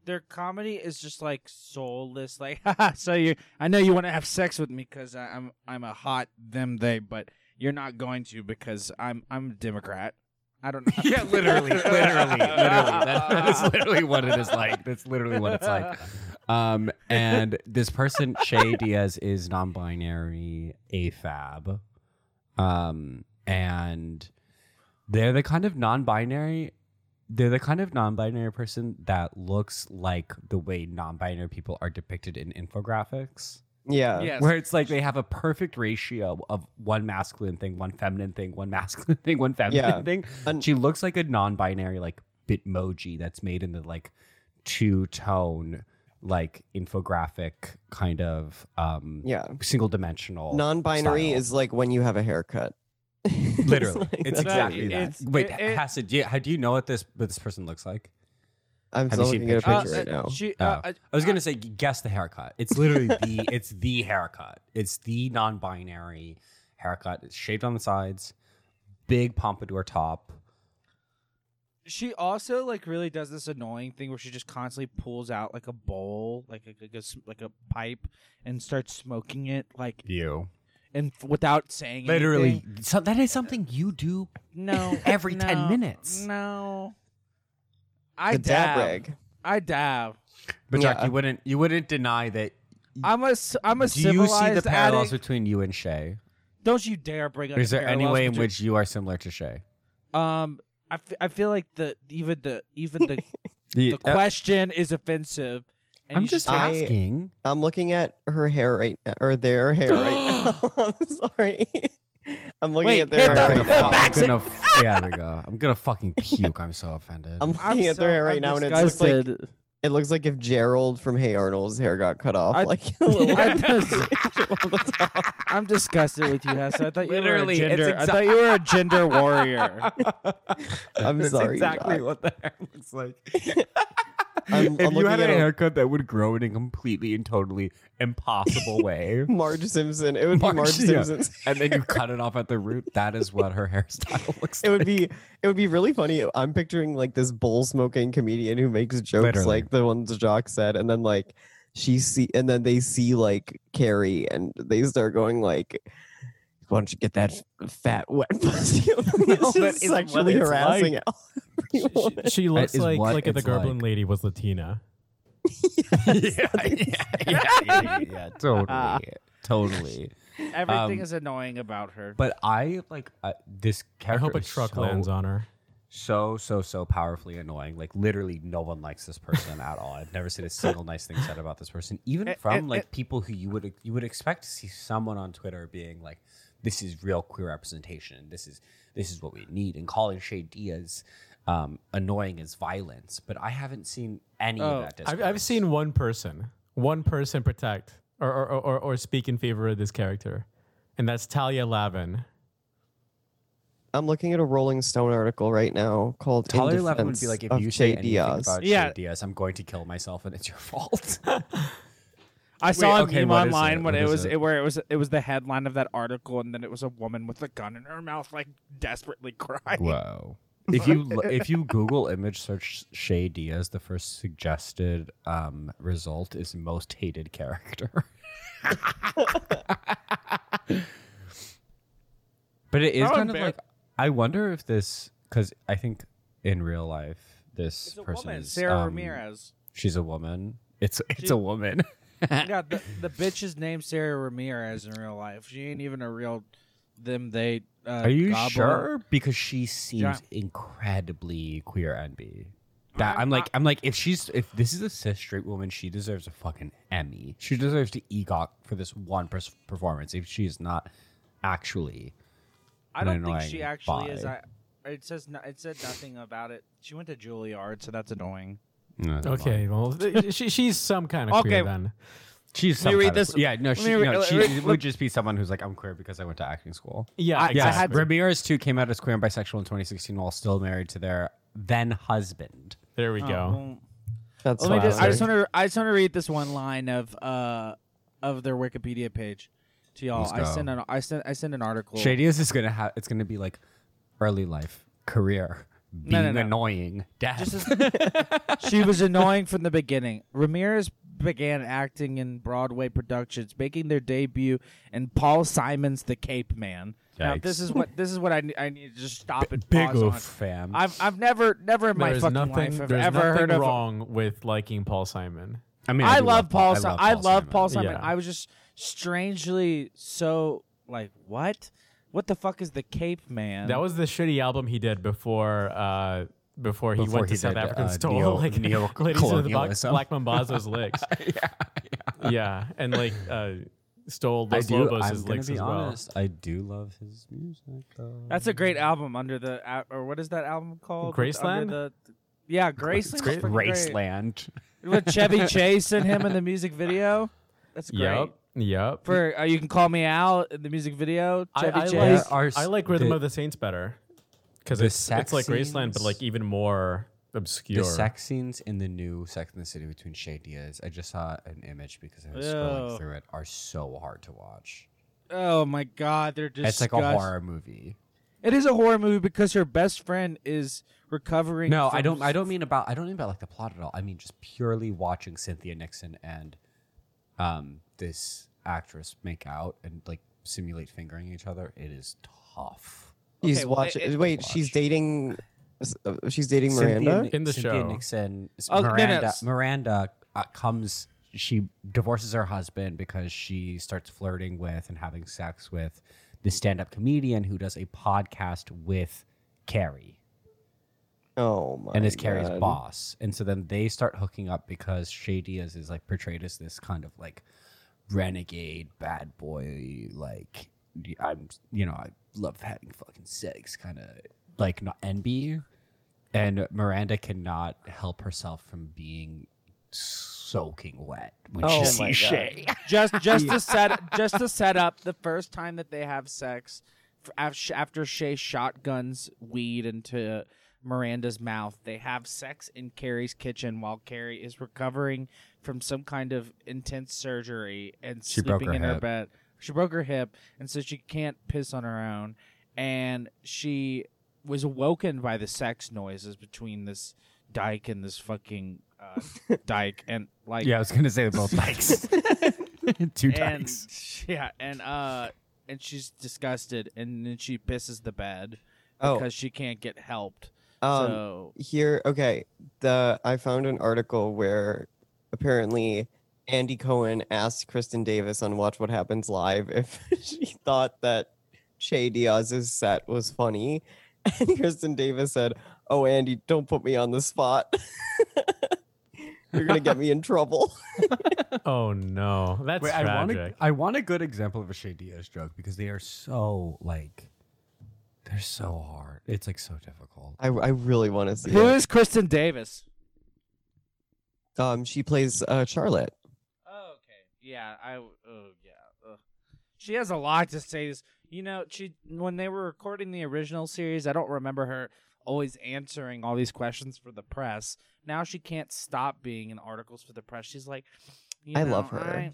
Speaker 2: their comedy is just like soulless. Like, haha, so you, I know you want to have sex with me because I'm I'm a hot them they, but you're not going to because I'm I'm a Democrat. I don't know.
Speaker 1: Yeah, literally, literally, literally. That, that is literally what it is like. That's literally what it's like. Um, and this person, Shay Diaz, is non-binary AFAB, um, and they're the kind of non-binary. They're the kind of non-binary person that looks like the way non-binary people are depicted in infographics,
Speaker 3: Yeah.
Speaker 2: Yes.
Speaker 1: where it's like they have a perfect ratio of one masculine thing, one feminine thing, one masculine thing, one feminine
Speaker 3: Yeah.
Speaker 1: thing.
Speaker 3: And-
Speaker 1: She looks like a non-binary like bitmoji that's made in the like two-tone like infographic kind of um
Speaker 3: Yeah.
Speaker 1: single dimensional
Speaker 3: Non-binary
Speaker 1: style.
Speaker 3: is like when you have a haircut.
Speaker 1: literally
Speaker 3: like
Speaker 1: it's
Speaker 3: that.
Speaker 1: exactly that.
Speaker 2: It's-
Speaker 1: Wait,
Speaker 2: it- it-
Speaker 1: Hassan, do you, how do you know what this what this person looks like?
Speaker 3: I'm
Speaker 1: Have
Speaker 3: still
Speaker 1: you seen
Speaker 3: looking at a
Speaker 1: pictures?
Speaker 3: picture right
Speaker 2: uh,
Speaker 3: now.
Speaker 2: She,
Speaker 1: Oh.
Speaker 2: uh, uh,
Speaker 1: I was gonna say g- guess the haircut. It's literally the it's the haircut. It's the non-binary haircut. It's shaved on the sides, big pompadour top.
Speaker 2: she also like really does this annoying thing where she just constantly pulls out like a bowl, like a, like a s- like a pipe, and starts smoking it. Like
Speaker 1: You.
Speaker 2: and f- without saying
Speaker 1: Literally,
Speaker 2: anything.
Speaker 1: so that is something you do.
Speaker 2: no
Speaker 1: every
Speaker 2: no,
Speaker 1: 10 minutes.
Speaker 2: no i
Speaker 3: the
Speaker 2: dab,
Speaker 3: dab rag.
Speaker 2: i dab
Speaker 1: But Jack,
Speaker 3: Yeah.
Speaker 1: you wouldn't you wouldn't deny that.
Speaker 2: i'm a c- i'm a
Speaker 1: Do you
Speaker 2: civilized
Speaker 1: see the parallels
Speaker 2: addict.
Speaker 1: between you and Shay?
Speaker 2: don't you dare bring up
Speaker 1: Is
Speaker 2: the
Speaker 1: there any
Speaker 2: parallels
Speaker 1: way in
Speaker 2: between-
Speaker 1: which you are similar to Shay?
Speaker 2: um I, f- I feel like the even the even the,
Speaker 1: The-
Speaker 2: the question is offensive and
Speaker 1: I'm
Speaker 2: you
Speaker 1: just
Speaker 2: should take-
Speaker 3: I-
Speaker 1: asking.
Speaker 3: I'm looking at her hair right now, or their hair right now. I'm sorry. I'm looking
Speaker 2: Wait,
Speaker 3: at their
Speaker 2: hit
Speaker 3: hair
Speaker 2: that-
Speaker 1: I'm
Speaker 3: right now.
Speaker 1: gonna,
Speaker 2: Back
Speaker 1: I'm gonna f- yeah, there we go. I'm gonna fucking puke. I'm so offended.
Speaker 3: I'm
Speaker 2: I'm
Speaker 3: looking at
Speaker 2: so-
Speaker 3: their hair right
Speaker 2: I'm
Speaker 3: now, and it looks like
Speaker 2: disgusted.
Speaker 3: it looks like if Gerald from Hey Arnold's hair got cut off,
Speaker 2: I-
Speaker 3: like a little
Speaker 2: I-
Speaker 3: bit on the top.
Speaker 2: I'm disgusted with you, Hess. I thought you
Speaker 1: Literally,
Speaker 2: were a
Speaker 1: it's
Speaker 2: gender. I
Speaker 1: exa-
Speaker 2: thought you were a gender warrior.
Speaker 3: I'm
Speaker 1: That's
Speaker 3: sorry,
Speaker 1: exactly
Speaker 3: Doc.
Speaker 1: what the hair looks like.
Speaker 3: I'm,
Speaker 1: if
Speaker 3: I'm
Speaker 1: you
Speaker 3: looking
Speaker 1: had a
Speaker 3: at a-
Speaker 1: haircut that would grow in a completely and totally impossible way,
Speaker 3: Marge Simpson. It would be Marge
Speaker 1: yeah,
Speaker 3: Simpson's.
Speaker 1: and then you cut it off at the root, that is what her hairstyle looks
Speaker 3: It
Speaker 1: like.
Speaker 3: would be it would be really funny. I'm picturing like this bull smoking comedian who makes jokes
Speaker 1: Literally.
Speaker 3: like the ones Jock said, and then like she see and then they see like Carrie and they start going like why don't you get that f- fat wet pussy? on me?"
Speaker 1: No,
Speaker 3: It's
Speaker 1: that
Speaker 3: just
Speaker 1: is what
Speaker 3: sexually
Speaker 1: it's
Speaker 3: harassing
Speaker 4: She,
Speaker 3: everyone.
Speaker 4: she- she looks
Speaker 1: is
Speaker 4: like
Speaker 1: what
Speaker 4: like if the
Speaker 1: it's like.
Speaker 4: Gerblin lady was Latina.
Speaker 1: yeah, yeah, yeah, yeah, yeah,
Speaker 4: Ah.
Speaker 1: totally, totally.
Speaker 2: Everything
Speaker 1: Um,
Speaker 2: is annoying about her.
Speaker 1: But I like uh, this
Speaker 4: I
Speaker 1: character.
Speaker 4: hope a
Speaker 1: is
Speaker 4: truck
Speaker 1: so
Speaker 4: lands on her.
Speaker 1: so so so powerfully annoying. Like literally, no one likes this person at all. I've never seen a single nice thing said about this person, even
Speaker 2: It-
Speaker 1: from
Speaker 2: it-
Speaker 1: like
Speaker 2: it-
Speaker 1: people who you would you would expect to see someone on Twitter being like, "This is real queer representation. This is this is what we need." And calling Shay Diaz um, annoying as violence, but I haven't seen any
Speaker 2: Oh,
Speaker 1: of that.
Speaker 4: I've,
Speaker 1: Discourse.
Speaker 4: I've seen one person, one person protect or or, or or speak in favor of this character, and that's Talia Lavin.
Speaker 3: I'm looking at a Rolling Stone article right now called "In
Speaker 1: Talia Levin would be
Speaker 3: Defense
Speaker 1: like, if
Speaker 3: of
Speaker 1: you say
Speaker 3: Che
Speaker 1: anything
Speaker 3: Diaz."
Speaker 1: about
Speaker 2: Yeah.
Speaker 1: Shay Diaz, I'm going to kill myself, and it's your fault.
Speaker 2: I saw a
Speaker 1: okay,
Speaker 2: meme
Speaker 1: what is
Speaker 2: online
Speaker 1: it?
Speaker 2: when
Speaker 1: What
Speaker 2: it
Speaker 1: is
Speaker 2: was
Speaker 1: it?
Speaker 2: it? where it was it was the headline of that article, and then it was a woman with a gun in her mouth, like desperately crying.
Speaker 1: Wow. If you lo- if you Google image search Shay Diaz, the first suggested um, result is most hated character. but it is
Speaker 2: How
Speaker 1: kind of
Speaker 2: embar-
Speaker 1: like I wonder if this because I think in real life this
Speaker 2: It's a
Speaker 1: person
Speaker 2: woman,
Speaker 1: is
Speaker 2: Sarah
Speaker 1: um,
Speaker 2: Ramirez.
Speaker 1: She's a woman. It's it's
Speaker 2: She-
Speaker 1: a woman.
Speaker 2: Yeah, the, the bitch is named Sarah Ramirez in real life. She ain't even a real them. They uh,
Speaker 1: Are you
Speaker 2: gobbler.
Speaker 1: sure? Because she seems
Speaker 2: Yeah.
Speaker 1: incredibly queer and be. That
Speaker 2: I'm
Speaker 1: I'm like I'm like if she's if this is a cis straight woman, she deserves a fucking Emmy. She deserves to EGOT for this one pers- performance. If she is not actually,
Speaker 2: I
Speaker 1: an
Speaker 2: don't think
Speaker 1: annoying
Speaker 2: she actually is. I,
Speaker 1: bi.
Speaker 2: it says no, it said nothing about it. She went to Juilliard, so that's annoying.
Speaker 1: Oh
Speaker 4: Okay, well, she, she's some kind of
Speaker 2: Okay.
Speaker 4: queer then.
Speaker 1: she's
Speaker 2: Let
Speaker 1: some
Speaker 2: me read
Speaker 1: kind of-
Speaker 2: this-
Speaker 1: yeah no
Speaker 2: let
Speaker 1: she
Speaker 2: me re-
Speaker 1: no
Speaker 2: let-
Speaker 1: she
Speaker 2: let-
Speaker 1: it would just be someone who's like I'm queer because I went to acting school.
Speaker 4: Yeah,
Speaker 2: I- I
Speaker 4: exactly.
Speaker 1: Yeah, Ramirez too came out as queer and bisexual in 2016 while still married to their then husband.
Speaker 4: there we
Speaker 2: Oh,
Speaker 4: go.
Speaker 2: well,
Speaker 3: That's
Speaker 2: Let me just, I
Speaker 3: fine.
Speaker 2: just want to. I just want to read this one line of uh of their Wikipedia page to y'all.
Speaker 1: Let's
Speaker 2: I
Speaker 1: go.
Speaker 2: sent an I sent I sent an article.
Speaker 1: Shadius is gonna have it's gonna be like early life, career, being
Speaker 2: no, no.
Speaker 1: annoying, death.
Speaker 2: Just as- she was annoying from the beginning. Ramirez began acting in Broadway productions, making their debut in Paul Simon's The Cape Man. Now
Speaker 1: Yikes.
Speaker 2: this is what this is what I ne- I need to just stop and
Speaker 1: big
Speaker 2: pause on.
Speaker 1: oof, fam.
Speaker 2: I've I've never never in my
Speaker 4: there's
Speaker 2: fucking
Speaker 4: nothing,
Speaker 2: life have
Speaker 4: there's
Speaker 2: ever
Speaker 4: nothing
Speaker 2: heard of
Speaker 4: wrong with liking Paul Simon.
Speaker 1: I mean,
Speaker 2: I,
Speaker 1: do
Speaker 2: love Paul. Si- I love Paul
Speaker 1: Simon.
Speaker 2: Simon.
Speaker 4: Yeah.
Speaker 2: I was just strangely so like, what? What the fuck is the Cape Man?
Speaker 4: That was the shitty album he did before uh, before he
Speaker 1: Before
Speaker 4: went to
Speaker 1: he
Speaker 4: South
Speaker 1: did,
Speaker 4: Africa and
Speaker 1: uh,
Speaker 4: stole
Speaker 1: neo-
Speaker 4: like ladies of the Black,
Speaker 1: neo-colonialism.
Speaker 4: Black Mambazo's licks. yeah, yeah, and like uh, stole
Speaker 1: I
Speaker 4: Los
Speaker 1: do. I'm
Speaker 4: Lobos'
Speaker 1: gonna
Speaker 4: licks
Speaker 1: be
Speaker 4: as well.
Speaker 1: honest. I do love his music. Though.
Speaker 2: That's a great album under the uh, or what is that album called? With-
Speaker 4: Graceland?
Speaker 2: Under the, yeah, Graceland.
Speaker 4: great.
Speaker 1: Graceland.
Speaker 2: with Chevy Chase and him in the music video. That's great.
Speaker 4: Yep, yep.
Speaker 2: For uh, you can call me out in the music video.
Speaker 4: I,
Speaker 2: Chevy
Speaker 4: I
Speaker 2: Chase.
Speaker 4: like,
Speaker 1: Our-
Speaker 4: I like Rhythm
Speaker 1: the-
Speaker 4: of the Saints better because
Speaker 1: The
Speaker 4: it's,
Speaker 1: sex
Speaker 4: it's like Graceland, but
Speaker 1: scenes-
Speaker 4: like even more obscure.
Speaker 1: The sex scenes in the new Sex in the City between Shay Diaz, I just saw an image because I was
Speaker 2: Ew.
Speaker 1: scrolling through it, are so hard to watch.
Speaker 2: oh my god, they're just.
Speaker 1: It's like a horror movie.
Speaker 2: It is a horror movie because her best friend is recovering.
Speaker 1: No, I
Speaker 2: from
Speaker 1: don't. I don't mean about. I don't mean about like the plot at all. I mean just purely watching Cynthia Nixon and um this actress make out and like simulate fingering each other, it is tough.
Speaker 3: He's
Speaker 2: well,
Speaker 3: watching.
Speaker 2: it- it-
Speaker 3: wait, she's dating. uh, She's dating Miranda.
Speaker 1: Cynthia,
Speaker 4: In the
Speaker 1: Cynthia
Speaker 4: show.
Speaker 1: Nixon, s-
Speaker 2: Oh, no, no,
Speaker 1: Miranda,
Speaker 2: s-
Speaker 1: Miranda uh, comes. She divorces her husband because she starts flirting with and having sex with the stand-up comedian who does a podcast with Carrie
Speaker 3: Oh my.
Speaker 1: and is Carrie's
Speaker 3: God.
Speaker 1: boss. And so then they start hooking up because Shay Diaz is like portrayed as this kind of like renegade bad boy, like I'm you know I love having fucking sex, kind of like not envy. And Miranda cannot help herself from being soaking wet when
Speaker 3: Oh
Speaker 1: she
Speaker 3: my
Speaker 1: sees
Speaker 3: God.
Speaker 1: Shay.
Speaker 2: just just to set just to set up the first time that they have sex f- af- after Shay shotguns weed into Miranda's mouth. They have sex in Carrie's kitchen while Carrie is recovering from some kind of intense surgery and
Speaker 1: She broke
Speaker 2: sleeping
Speaker 1: her
Speaker 2: in her
Speaker 1: hip.
Speaker 2: bed. She broke her hip, and so she can't piss on her own. And she was awoken by the sex noises between this dyke and this fucking uh, dyke, and like
Speaker 1: Yeah, I was gonna say they're both dykes, two
Speaker 2: and
Speaker 1: dykes.
Speaker 2: yeah, and uh, and she's disgusted, and then she pisses the bed
Speaker 3: Oh.
Speaker 2: because she can't get helped.
Speaker 3: Um,
Speaker 2: so
Speaker 3: here okay the i found an article where apparently andy cohen asked kristen davis on watch what happens live if she thought that che diaz's set was funny and kristen davis said oh andy don't put me on the spot you're gonna get me in trouble
Speaker 4: Oh no, that's
Speaker 1: Wait, I want,
Speaker 4: tragic.
Speaker 1: a, I want a good example of a Shay Diaz joke because they are so like they're so hard. It's like so difficult.
Speaker 3: i, I really want to see
Speaker 2: who
Speaker 3: it
Speaker 2: is Kristen Davis?
Speaker 3: um she plays uh charlotte
Speaker 2: Oh, okay, yeah, I oh yeah, Ugh. she has a lot to say. This, you know, she when they were recording the original series, I don't remember her always answering all these questions for the press. Now she can't stop being in articles for the press. She's like, you
Speaker 3: I
Speaker 2: know,
Speaker 3: love her.
Speaker 2: I-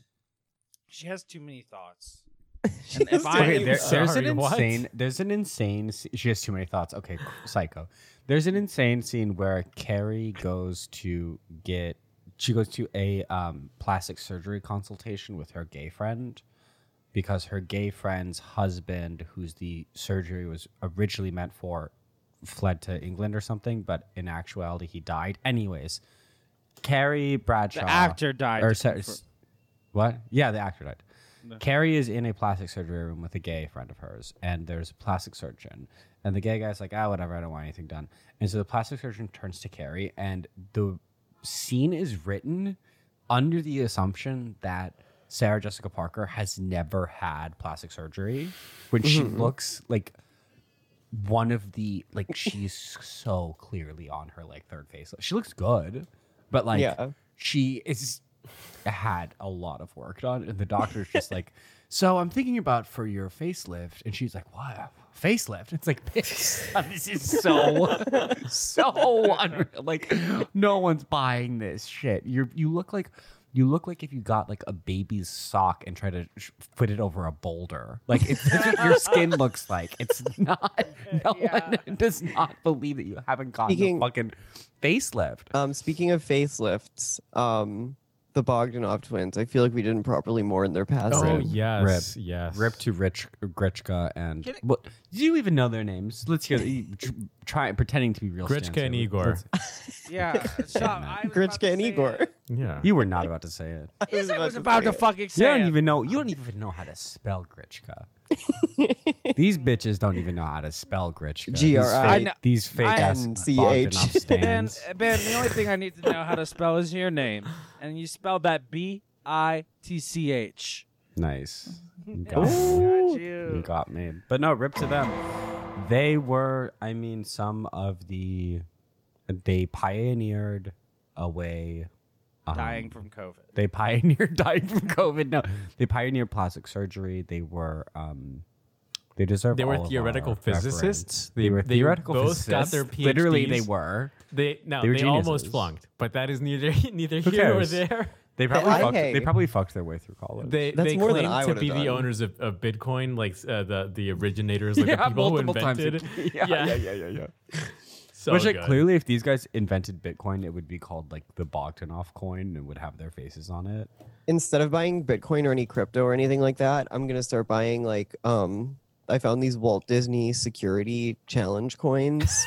Speaker 2: she has too many thoughts.
Speaker 3: She
Speaker 2: And if
Speaker 3: has to
Speaker 2: I-
Speaker 3: be-
Speaker 1: Okay, there-
Speaker 4: Sorry,
Speaker 1: there's an
Speaker 4: what?
Speaker 1: insane. There's an insane. s- She has too many thoughts. Okay, psycho. There's an insane scene where Carrie goes to get. She goes to a um, plastic surgery consultation with her gay friend because her gay friend's husband, who's the surgery was originally meant for, fled to England or something, but in actuality he died. Anyways, Carrie Bradshaw,
Speaker 2: The actor died.
Speaker 1: or
Speaker 2: to
Speaker 1: so-
Speaker 2: confirm-
Speaker 1: s- what? Yeah, the actor died. Carrie is in a plastic surgery room with a gay friend of hers, and there's a plastic surgeon. And the gay guy's like, ah, whatever, I don't want anything done. And so the plastic surgeon turns to Carrie, and the scene is written under the assumption that Sarah Jessica Parker has never had plastic surgery when she looks like one of the like she's so clearly on her like third face. She looks good, but like
Speaker 3: Yeah.
Speaker 1: she is had a lot of work done, and the doctor's just like, "So I'm thinking about for your facelift," and she's like, "What facelift?" It's like this. This is so so unreal. Like no one's buying this shit. You you look like. You look like if you got like a baby's sock and try to sh- fit it over a boulder. Like it's, that's what your skin looks like. It's not. No one does not believe that you haven't gotten
Speaker 3: Speaking-
Speaker 1: a fucking facelift.
Speaker 3: Um, speaking of facelifts, um, the Bogdanov twins. I feel like we didn't properly mourn their
Speaker 4: oh
Speaker 3: passing.
Speaker 4: yes, yes.
Speaker 1: Rip to Rich Grichka and
Speaker 2: Get it-
Speaker 1: well, do you even know their names? Let's hear. the- tr- Try pretending to be real.
Speaker 4: Grichka
Speaker 1: Stancer.
Speaker 4: and Igor.
Speaker 1: Let's-
Speaker 2: Yeah, stop. I was about to
Speaker 3: Gritchka and
Speaker 2: say
Speaker 3: Igor.
Speaker 2: it.
Speaker 4: yeah.
Speaker 1: You were not about to say it.
Speaker 3: I
Speaker 2: Yes, I was about to
Speaker 3: say it.
Speaker 2: fucking
Speaker 1: You
Speaker 2: say
Speaker 1: don't
Speaker 2: it.
Speaker 1: even know. You don't even know how to spell Grichka. These bitches don't even know how to spell Grichka. These
Speaker 3: G R I-
Speaker 1: fake- These fake ass
Speaker 3: N-C-H.
Speaker 1: Bogdanov
Speaker 2: Ben,
Speaker 1: stands.
Speaker 2: uh, ben, the only thing I need to know how to spell is your name, and you spell that B I T C H.
Speaker 1: Nice. You got
Speaker 2: Got
Speaker 1: me. You
Speaker 2: you.
Speaker 1: got me. But no, rip to them. They were, I mean, some of the. They pioneered a way. um,
Speaker 2: Dying from COVID.
Speaker 1: They pioneered dying from COVID. No, they pioneered plastic surgery. They were. um they deserve.
Speaker 4: They were
Speaker 1: all of
Speaker 4: theoretical
Speaker 1: our reverence.
Speaker 4: physicists.
Speaker 1: They,
Speaker 4: They-
Speaker 1: were
Speaker 4: they
Speaker 1: theoretical
Speaker 4: both
Speaker 1: physicists.
Speaker 4: got their
Speaker 1: Literally, they
Speaker 4: PhDs.
Speaker 1: were.
Speaker 4: They no,
Speaker 1: They
Speaker 4: they,
Speaker 1: were
Speaker 4: almost
Speaker 1: geniuses.
Speaker 4: flunked, but that is neither neither
Speaker 1: Who
Speaker 4: here
Speaker 1: cares?
Speaker 4: nor there.
Speaker 1: They probably
Speaker 3: I-
Speaker 1: fucked,
Speaker 3: hey.
Speaker 1: they probably fucked their way through college.
Speaker 4: They
Speaker 3: That's
Speaker 4: they
Speaker 3: more than
Speaker 4: claim
Speaker 3: I
Speaker 4: to
Speaker 3: would've
Speaker 4: be
Speaker 3: done.
Speaker 4: the owners of, of Bitcoin, like uh, the the originators, like the people who invented.
Speaker 1: Yeah, yeah, yeah, yeah, yeah.
Speaker 4: so
Speaker 1: Which, like,
Speaker 4: good.
Speaker 1: clearly, if these guys invented Bitcoin, it would be called like the Bogdanov coin and would have their faces on it.
Speaker 3: instead of buying Bitcoin or any crypto or anything like that, I'm gonna start buying like um I found these Walt Disney security challenge coins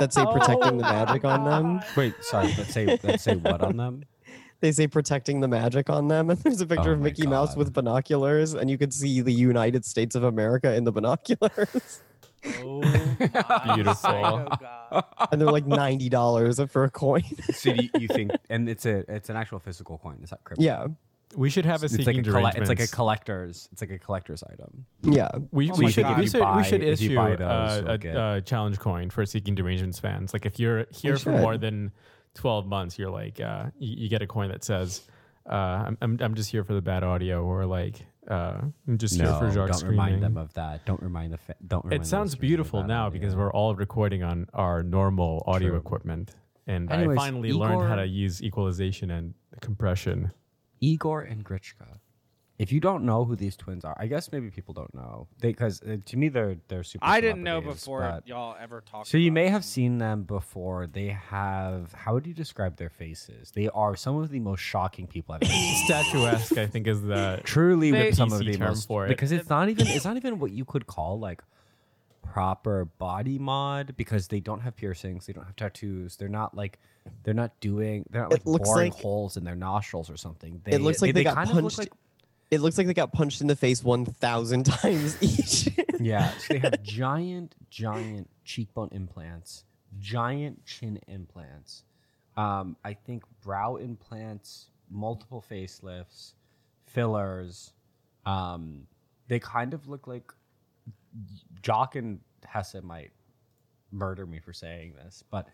Speaker 3: that say protecting
Speaker 2: Oh
Speaker 3: the magic on them.
Speaker 1: Wait, sorry. Let's say let's say what on them?
Speaker 3: They say protecting the magic on them, and there's a picture
Speaker 1: Oh
Speaker 3: of
Speaker 1: my
Speaker 3: Mickey Mouse
Speaker 1: God.
Speaker 3: with binoculars, and you could see the United States of America in the binoculars.
Speaker 2: Oh, my
Speaker 4: Beautiful.
Speaker 2: psycho god.
Speaker 3: and they're like ninety dollars for a coin.
Speaker 1: So do you, you think, and it's a it's an actual physical coin. It's not crypto.
Speaker 3: yeah.
Speaker 4: We should have a
Speaker 1: It's
Speaker 4: seeking
Speaker 1: like a, colle- it's like a
Speaker 4: derangements.
Speaker 1: collector's it's like a collector's item.
Speaker 3: Yeah.
Speaker 4: We,
Speaker 2: Oh
Speaker 4: we
Speaker 2: my
Speaker 4: should
Speaker 2: God. If
Speaker 4: we
Speaker 2: you
Speaker 4: should
Speaker 1: buy-
Speaker 4: we should
Speaker 1: if you
Speaker 4: issue
Speaker 1: buy those,
Speaker 4: uh,
Speaker 1: you'll
Speaker 4: a,
Speaker 1: get-
Speaker 4: a challenge coin for seeking derangements fans. Like if you're here for
Speaker 3: should.
Speaker 4: more than twelve months, you're like uh, you, you get a coin that says uh, I'm, I'm I'm just here for the bad audio or like uh, I'm just here for Jacques
Speaker 1: don't
Speaker 4: screaming.
Speaker 1: remind them of that. Don't remind the fa- don't. Remind
Speaker 4: it sounds
Speaker 1: listeners of
Speaker 4: beautiful
Speaker 1: that
Speaker 4: now
Speaker 1: idea.
Speaker 4: because we're all recording on our normal audio
Speaker 1: True.
Speaker 4: equipment, and
Speaker 1: Anyways,
Speaker 4: I finally learned how
Speaker 1: Igor-
Speaker 4: to use equalization and compression.
Speaker 1: Igor and Grichka. If you don't know who these twins are, I guess maybe people don't know because uh, to me they're they're super.
Speaker 2: I didn't know
Speaker 1: celebrities,
Speaker 2: before
Speaker 1: but-
Speaker 2: y'all ever talked.
Speaker 1: So you
Speaker 2: about
Speaker 1: may
Speaker 2: it.
Speaker 1: have seen them before. They have. How would you describe their faces? They are some of the most shocking people I've ever seen.
Speaker 4: Statuesque, I think, is the
Speaker 1: Truly,
Speaker 2: They-
Speaker 1: with some of
Speaker 4: PC
Speaker 1: the
Speaker 4: term
Speaker 1: most
Speaker 4: for it.
Speaker 1: because it's not even it's not even what you could call like proper body mod because they don't have piercings, they don't have tattoos, they're not like they're not doing they're not like
Speaker 3: It looks
Speaker 1: boring
Speaker 3: like-
Speaker 1: holes in their nostrils or something. They,
Speaker 3: It looks like they, got
Speaker 1: kind
Speaker 3: punched.
Speaker 1: Of look like,
Speaker 3: it looks like they got punched in the face one thousand times each.
Speaker 1: yeah, so they have giant, giant cheekbone implants, giant chin implants. Um, I think brow implants, multiple facelifts, fillers. Um, they kind of look like Jock and Hesse might murder me for saying this, but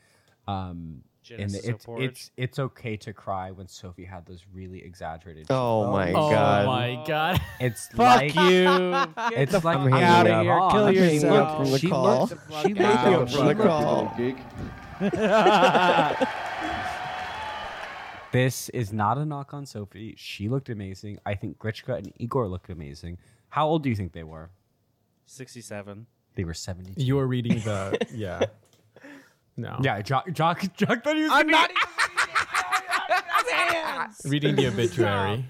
Speaker 1: um, and
Speaker 2: Genesis
Speaker 1: it's
Speaker 2: Accord.
Speaker 1: it's it's okay to cry when Sophie had those really exaggerated.
Speaker 3: oh
Speaker 1: cheekbones.
Speaker 3: my
Speaker 4: oh
Speaker 3: god.
Speaker 4: my god.
Speaker 1: It's
Speaker 2: Fuck
Speaker 1: like
Speaker 2: you.
Speaker 1: It's like
Speaker 2: I'm
Speaker 3: hanging
Speaker 2: out
Speaker 3: up.
Speaker 2: of here. Kill
Speaker 3: I'm hanging
Speaker 2: yourself.
Speaker 3: up from the
Speaker 1: She
Speaker 3: call.
Speaker 1: looked- she looked
Speaker 2: Get
Speaker 1: out.
Speaker 2: up
Speaker 1: She
Speaker 3: from the
Speaker 1: looked-
Speaker 3: call.
Speaker 1: This is not a knock on Sophie. She looked amazing. I think Grichka and Igor looked amazing. How old do you think they were?
Speaker 2: Sixty-seven.
Speaker 1: They were 72.
Speaker 4: You are reading the yeah. No.
Speaker 1: Yeah, Jock, Jock, Jock thought he was
Speaker 2: I'm
Speaker 1: gonna-
Speaker 2: not even.
Speaker 4: Reading the obituary.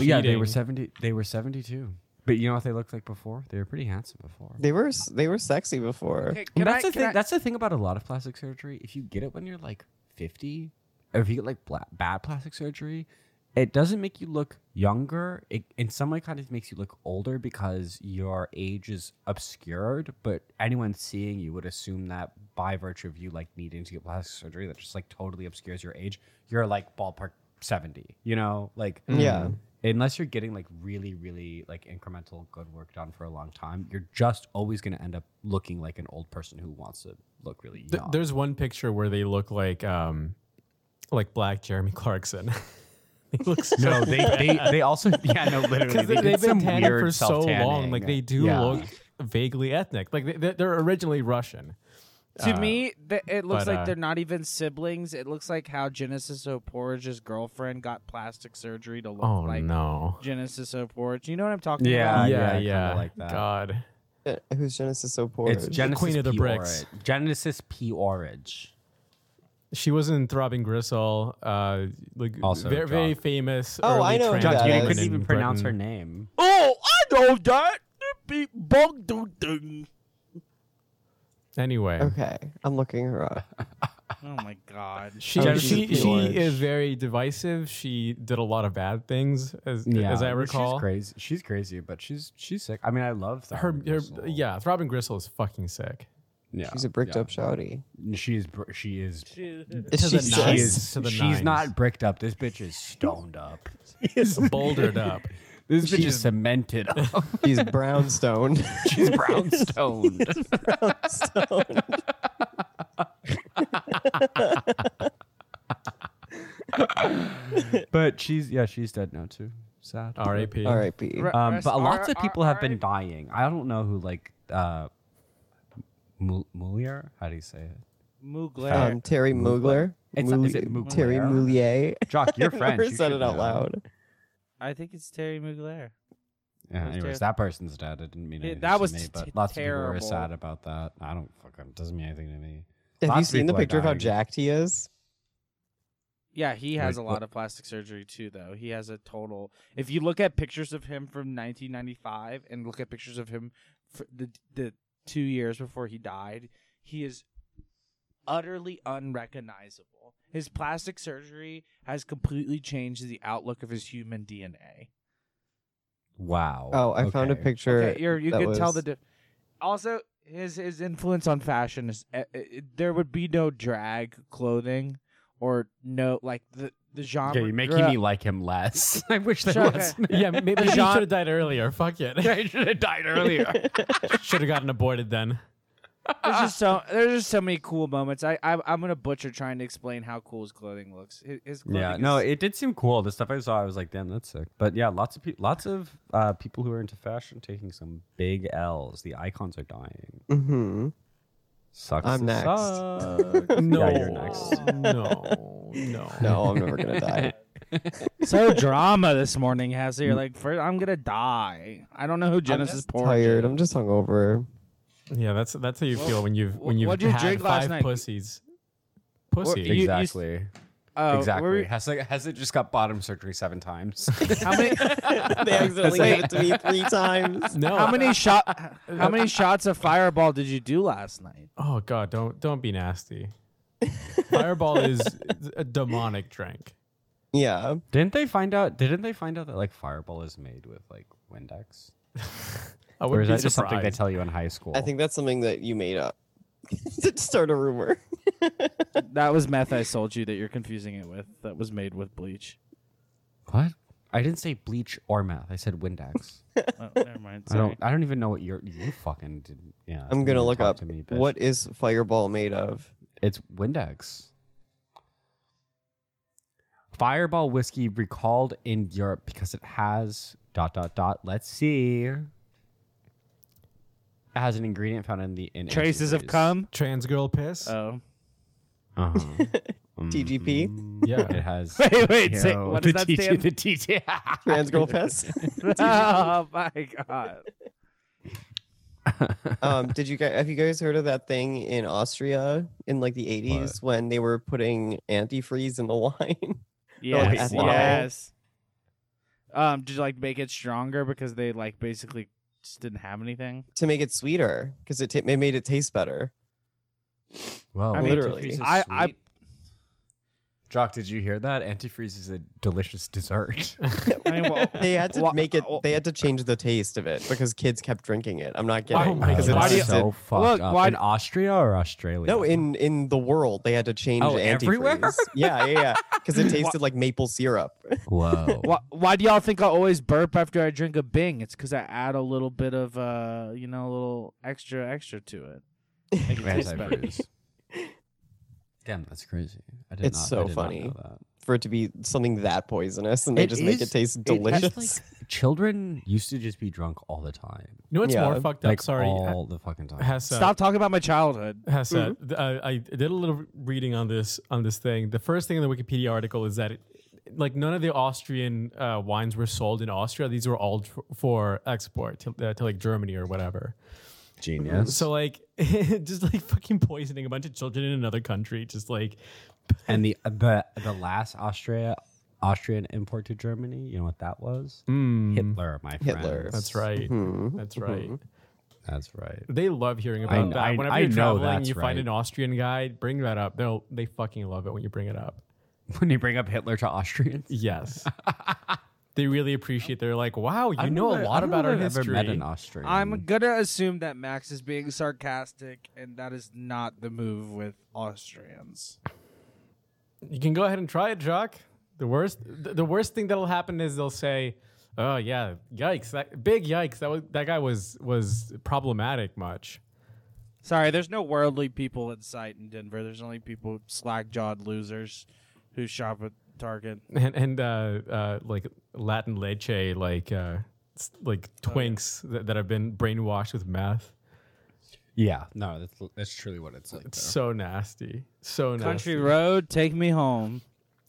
Speaker 1: Yeah, they
Speaker 4: cheating.
Speaker 1: were 70. They were 72. But you know what they looked like before? They were pretty handsome before.
Speaker 3: They were s- they were sexy before.
Speaker 1: And that's the thing. That's the thing about a lot of plastic surgery. If you get it when you're like 50, or if you get like bla- bad plastic surgery, it doesn't make you look younger. It in some way kind of makes you look older because your age is obscured. But anyone seeing you would assume that by virtue of you like needing to get plastic surgery, that just like totally obscures your age. You're like ballpark 70. You know, like
Speaker 3: Yeah.
Speaker 1: unless you're getting like really really like incremental good work done for a long time you're just always going to end up looking like an old person who wants to look really
Speaker 4: Th-
Speaker 1: young
Speaker 4: there's one picture where they look like um like black Jeremy Clarkson. he looks
Speaker 1: no they, they they also yeah no literally
Speaker 4: because
Speaker 1: they
Speaker 4: they,
Speaker 1: did
Speaker 4: have
Speaker 1: some
Speaker 4: been tanning
Speaker 1: weird
Speaker 4: for so long.
Speaker 1: self-tanning.
Speaker 4: Like they do
Speaker 1: Yeah.
Speaker 4: look vaguely ethnic. Like they, they- they're originally Russian.
Speaker 2: To
Speaker 4: Uh,
Speaker 2: me, th- it looks
Speaker 4: but,
Speaker 2: like
Speaker 4: uh,
Speaker 2: they're not even siblings. It looks like how Genesis O'Porridge's girlfriend got plastic surgery to look
Speaker 4: Oh
Speaker 2: like
Speaker 4: no.
Speaker 2: Genesis O'Porridge. You know what I'm talking
Speaker 1: Yeah,
Speaker 2: about?
Speaker 1: yeah,
Speaker 4: yeah,
Speaker 1: kinda
Speaker 4: yeah.
Speaker 1: like that.
Speaker 4: God.
Speaker 3: Uh, Who's Genesis so poor?
Speaker 1: it's genesis
Speaker 4: Queen of the
Speaker 1: p.
Speaker 4: Bricks.
Speaker 1: Orridge. genesis p orange
Speaker 4: She was in Throbbing Gristle, uh, like
Speaker 1: Also
Speaker 4: very, very
Speaker 1: John.
Speaker 4: famous.
Speaker 3: Oh, I
Speaker 4: early
Speaker 3: know who
Speaker 4: trans
Speaker 3: that
Speaker 1: Jock, you
Speaker 4: woman
Speaker 1: couldn't
Speaker 4: in
Speaker 1: even pronounce her
Speaker 4: Britain.
Speaker 1: name
Speaker 2: Oh, I know that. Beep, bong, doo, ding.
Speaker 4: Anyway,
Speaker 3: Okay, I'm looking her up.
Speaker 2: Oh my god.
Speaker 4: She
Speaker 3: Oh, she's
Speaker 4: she,
Speaker 3: a
Speaker 4: she
Speaker 3: George.
Speaker 4: is very divisive. She did a lot of bad things, as as I
Speaker 1: mean,
Speaker 4: recall.
Speaker 1: she's crazy she's crazy but she's she's sick i mean i love that
Speaker 4: Her, her yeah, Throbbing Gristle is fucking sick.
Speaker 1: yeah
Speaker 3: She's a bricked up shouty.
Speaker 1: she is br- she is
Speaker 3: She's
Speaker 4: the
Speaker 1: she
Speaker 4: nines.
Speaker 1: is
Speaker 4: To the
Speaker 1: she's
Speaker 4: nines.
Speaker 1: not bricked up this bitch is stoned up
Speaker 4: Bouldered up.
Speaker 1: This bitch is cemented. up.
Speaker 3: She's brownstone.
Speaker 1: She's brownstone.
Speaker 3: brownstone.
Speaker 1: but she's yeah, she's dead now too. Sad.
Speaker 4: R.A.P.
Speaker 3: R.I.P.
Speaker 1: Um, but lots of people have been dying. I don't know who like uh, Mul- Mulier. How do you say it?
Speaker 2: Mugler.
Speaker 3: Um, Terry Mugler.
Speaker 1: It's not- is it Mugler?
Speaker 3: Terry Moulier.
Speaker 1: Jock, you're
Speaker 3: I
Speaker 1: French.
Speaker 3: never
Speaker 1: you
Speaker 3: said
Speaker 1: should
Speaker 3: it out
Speaker 1: know.
Speaker 3: loud.
Speaker 2: I think it's Terry Mugler.
Speaker 1: Yeah,
Speaker 2: Who's
Speaker 1: anyways,
Speaker 2: Terry?
Speaker 1: that person's dead. It didn't mean
Speaker 2: Yeah,
Speaker 1: anything
Speaker 2: that
Speaker 1: to
Speaker 2: was
Speaker 1: me, but
Speaker 2: t-
Speaker 1: lots of people were
Speaker 2: terrible.
Speaker 1: sad about that. I don't fucking doesn't mean anything to me.
Speaker 3: Have
Speaker 1: Lots
Speaker 3: you
Speaker 1: of
Speaker 3: seen the
Speaker 1: people are
Speaker 3: picture of how
Speaker 1: dying.
Speaker 3: jacked he is?
Speaker 2: Yeah, he has
Speaker 1: Like,
Speaker 2: a lot of plastic surgery too, though. He has a total. If you look at pictures of him from 1995 and look at pictures of him for the the two years before he died, he is utterly unrecognizable. His plastic surgery has completely changed the outlook of his human DNA.
Speaker 1: Wow.
Speaker 3: Oh, I found a
Speaker 1: okay.
Speaker 3: picture.
Speaker 2: okay, you're, you
Speaker 3: that
Speaker 2: can tell
Speaker 3: was-
Speaker 2: the. Di- also, his his influence on fashion is uh, uh, there would be no drag clothing or no like the the genre.
Speaker 1: Okay, you're making me like him less. I wish there
Speaker 2: Sure,
Speaker 1: was.
Speaker 4: Yeah, maybe he should have died earlier. Fuck it.
Speaker 1: I should have died earlier.
Speaker 4: should have gotten aborted then.
Speaker 3: Ah.
Speaker 2: there's just so there's just so many cool moments. I, I I'm gonna butcher trying to explain how cool his clothing looks. His, his clothing
Speaker 1: yeah, no,
Speaker 2: is-
Speaker 1: it did seem cool. The stuff I saw, I was like, damn, that's sick. But yeah, lots of people, lots of uh, people who are into fashion taking some big L's. The icons are dying.
Speaker 3: Mm-hmm.
Speaker 1: Sucks.
Speaker 3: I'm
Speaker 1: to
Speaker 3: next.
Speaker 1: suck.
Speaker 4: No.
Speaker 1: Yeah, you're next.
Speaker 4: No. No.
Speaker 3: No, I'm never gonna die.
Speaker 2: so drama this morning has here. Like, first, I'm gonna die. I don't know who Genesis poured.
Speaker 3: Tired. I'm just hungover.
Speaker 4: Yeah, that's that's how you feel when you've when
Speaker 2: wh-
Speaker 4: you've
Speaker 2: what'd you
Speaker 4: had
Speaker 2: drink last
Speaker 4: five
Speaker 2: night?
Speaker 4: pussies. Pussy.
Speaker 2: you- you-
Speaker 1: Exactly.
Speaker 2: Oh,
Speaker 1: exactly.
Speaker 2: were-
Speaker 1: Has it, has it just got bottom surgery seven times?
Speaker 2: How many
Speaker 3: they accidentally gave it to me three times.
Speaker 4: no.
Speaker 2: how many shot how many shots of Fireball did you do last night?
Speaker 4: oh god, don't don't be nasty. Fireball is a demonic drink.
Speaker 3: Yeah.
Speaker 1: didn't they find out? Didn't they find out that like Fireball is made with like Windex?
Speaker 4: I
Speaker 1: Or
Speaker 4: wouldn't
Speaker 1: is
Speaker 4: be
Speaker 1: that just something they
Speaker 4: surprised.
Speaker 1: tell you in high school?
Speaker 3: I think that's something that you made up to start a rumor.
Speaker 2: That was meth I sold you that you're confusing it with. That was made with bleach.
Speaker 1: What? I didn't say bleach or meth. I said Windex.
Speaker 2: Oh, never mind.
Speaker 1: I
Speaker 2: Sorry.
Speaker 1: don't. I don't even know what you're. You fucking. Did, yeah.
Speaker 3: I'm
Speaker 1: you
Speaker 3: gonna
Speaker 1: didn't
Speaker 3: look
Speaker 1: talk
Speaker 3: up
Speaker 1: to me, bitch.
Speaker 3: what is Fireball made of.
Speaker 1: It's Windex. Fireball whiskey recalled in Europe because it has dot dot dot. Let's see. It has an ingredient found in the in
Speaker 2: Traces of
Speaker 1: antifreeze.
Speaker 2: cum.
Speaker 4: trans girl piss.
Speaker 1: Uh,
Speaker 2: Oh.
Speaker 1: Uh-huh.
Speaker 3: TGP?
Speaker 1: Mm,
Speaker 4: Yeah.
Speaker 1: It has.
Speaker 2: Wait, wait, say,
Speaker 1: Yo,
Speaker 2: what
Speaker 1: the
Speaker 2: does that
Speaker 1: TT
Speaker 2: stand
Speaker 1: The TT.
Speaker 3: Trans girl piss.
Speaker 2: oh my god.
Speaker 3: um, did you guys have you guys heard of that thing in Austria in like the 80s when they were putting antifreeze in the wine?
Speaker 2: Yes,
Speaker 3: wow.
Speaker 2: yes. Um, did you like make it stronger because they like basically just didn't have anything?
Speaker 3: to make it sweeter because it, ta- it made it taste better.
Speaker 1: Wow,
Speaker 2: I mean,
Speaker 3: Literally.
Speaker 1: antifreeze is
Speaker 2: I- I-
Speaker 1: sweet. Jock, did you hear that? Antifreeze is a delicious dessert.
Speaker 2: I mean, well,
Speaker 3: They had to
Speaker 2: Wha-
Speaker 3: make
Speaker 4: uh,
Speaker 3: it.
Speaker 2: oh.
Speaker 3: They had to change the taste of it because kids kept drinking it. I'm not
Speaker 4: Oh
Speaker 3: kidding.
Speaker 4: my
Speaker 3: because it
Speaker 4: God. Why do you-
Speaker 3: tasted-
Speaker 1: Uh, so fucked
Speaker 2: Look,
Speaker 1: up.
Speaker 2: why-
Speaker 1: in Austria or Australia?
Speaker 3: no, in in the world they had to change
Speaker 1: Oh,
Speaker 3: antifreeze.
Speaker 1: everywhere?
Speaker 3: Yeah, yeah, yeah. Because it tasted like maple syrup.
Speaker 1: whoa.
Speaker 2: why, why do y'all think I always burp after I drink a Bing? It's because I add a little bit of uh, you know, a little extra extra to it. Make it taste better.
Speaker 1: Antifreeze. Damn, that's crazy. I did
Speaker 3: It's
Speaker 1: not,
Speaker 3: so
Speaker 1: I did not
Speaker 3: funny.
Speaker 1: know that.
Speaker 3: For it to be something that poisonous, and they
Speaker 1: It
Speaker 3: just make
Speaker 1: is-
Speaker 3: it taste
Speaker 1: It- that's
Speaker 3: delicious.
Speaker 1: like, children used to just be drunk all the time.
Speaker 4: You know what's
Speaker 3: Yeah.
Speaker 4: more fucked up?
Speaker 1: like oh.
Speaker 4: Sorry,
Speaker 1: all the fucking time.
Speaker 4: Hessa.
Speaker 2: Stop Mm-hmm. talking about my childhood.
Speaker 4: Hessa. th- I, I did a little reading on this on this thing. The first thing in the Wikipedia article is that it, like none of the Austrian uh, wines were sold in Austria. These were all tr- for export to, uh, to like Germany or whatever.
Speaker 1: Genius.
Speaker 4: So like just like fucking poisoning a bunch of children in another country. Just like
Speaker 1: and the the the last Austria Austrian import to Germany, you know what that was? Hitler, my friend.
Speaker 3: Hitler.
Speaker 4: Mm. that's right.
Speaker 3: Hmm.
Speaker 4: That's right.
Speaker 1: That's right.
Speaker 4: They love hearing
Speaker 1: I-
Speaker 4: about that.
Speaker 1: I-
Speaker 4: Whenever
Speaker 1: I
Speaker 4: you're
Speaker 1: know
Speaker 4: traveling,
Speaker 1: that's
Speaker 4: you find
Speaker 1: right.
Speaker 4: an Austrian guy, bring that up. They'll they fucking love it when you bring it up.
Speaker 1: When you bring up Hitler to Austrians,
Speaker 4: Yes. they really appreciate. They're like, wow, you
Speaker 1: I don't
Speaker 4: know a
Speaker 1: that-
Speaker 4: lot
Speaker 1: I don't
Speaker 4: about
Speaker 1: know
Speaker 4: our
Speaker 1: that I've
Speaker 4: history.
Speaker 1: Ever met an Austrian?
Speaker 2: I'm gonna assume that Max is being sarcastic, and that is not the move with Austrians.
Speaker 4: you can go ahead and try it, Jock. The worst, th- the worst thing that'll happen is they'll say, "Oh yeah, yikes! That big yikes! That was, that guy was was problematic much."
Speaker 2: Sorry, there's no worldly people in sight in Denver. There's only people slack jawed losers who shop at Target.
Speaker 4: and and uh, uh, like Latin leche, like uh, s- like
Speaker 1: Oh,
Speaker 4: twinks that, that have been brainwashed with meth.
Speaker 1: yeah, no, that's that's truly what it's like.
Speaker 4: It's so nasty, so
Speaker 2: Country
Speaker 4: nasty.
Speaker 2: road, take me home.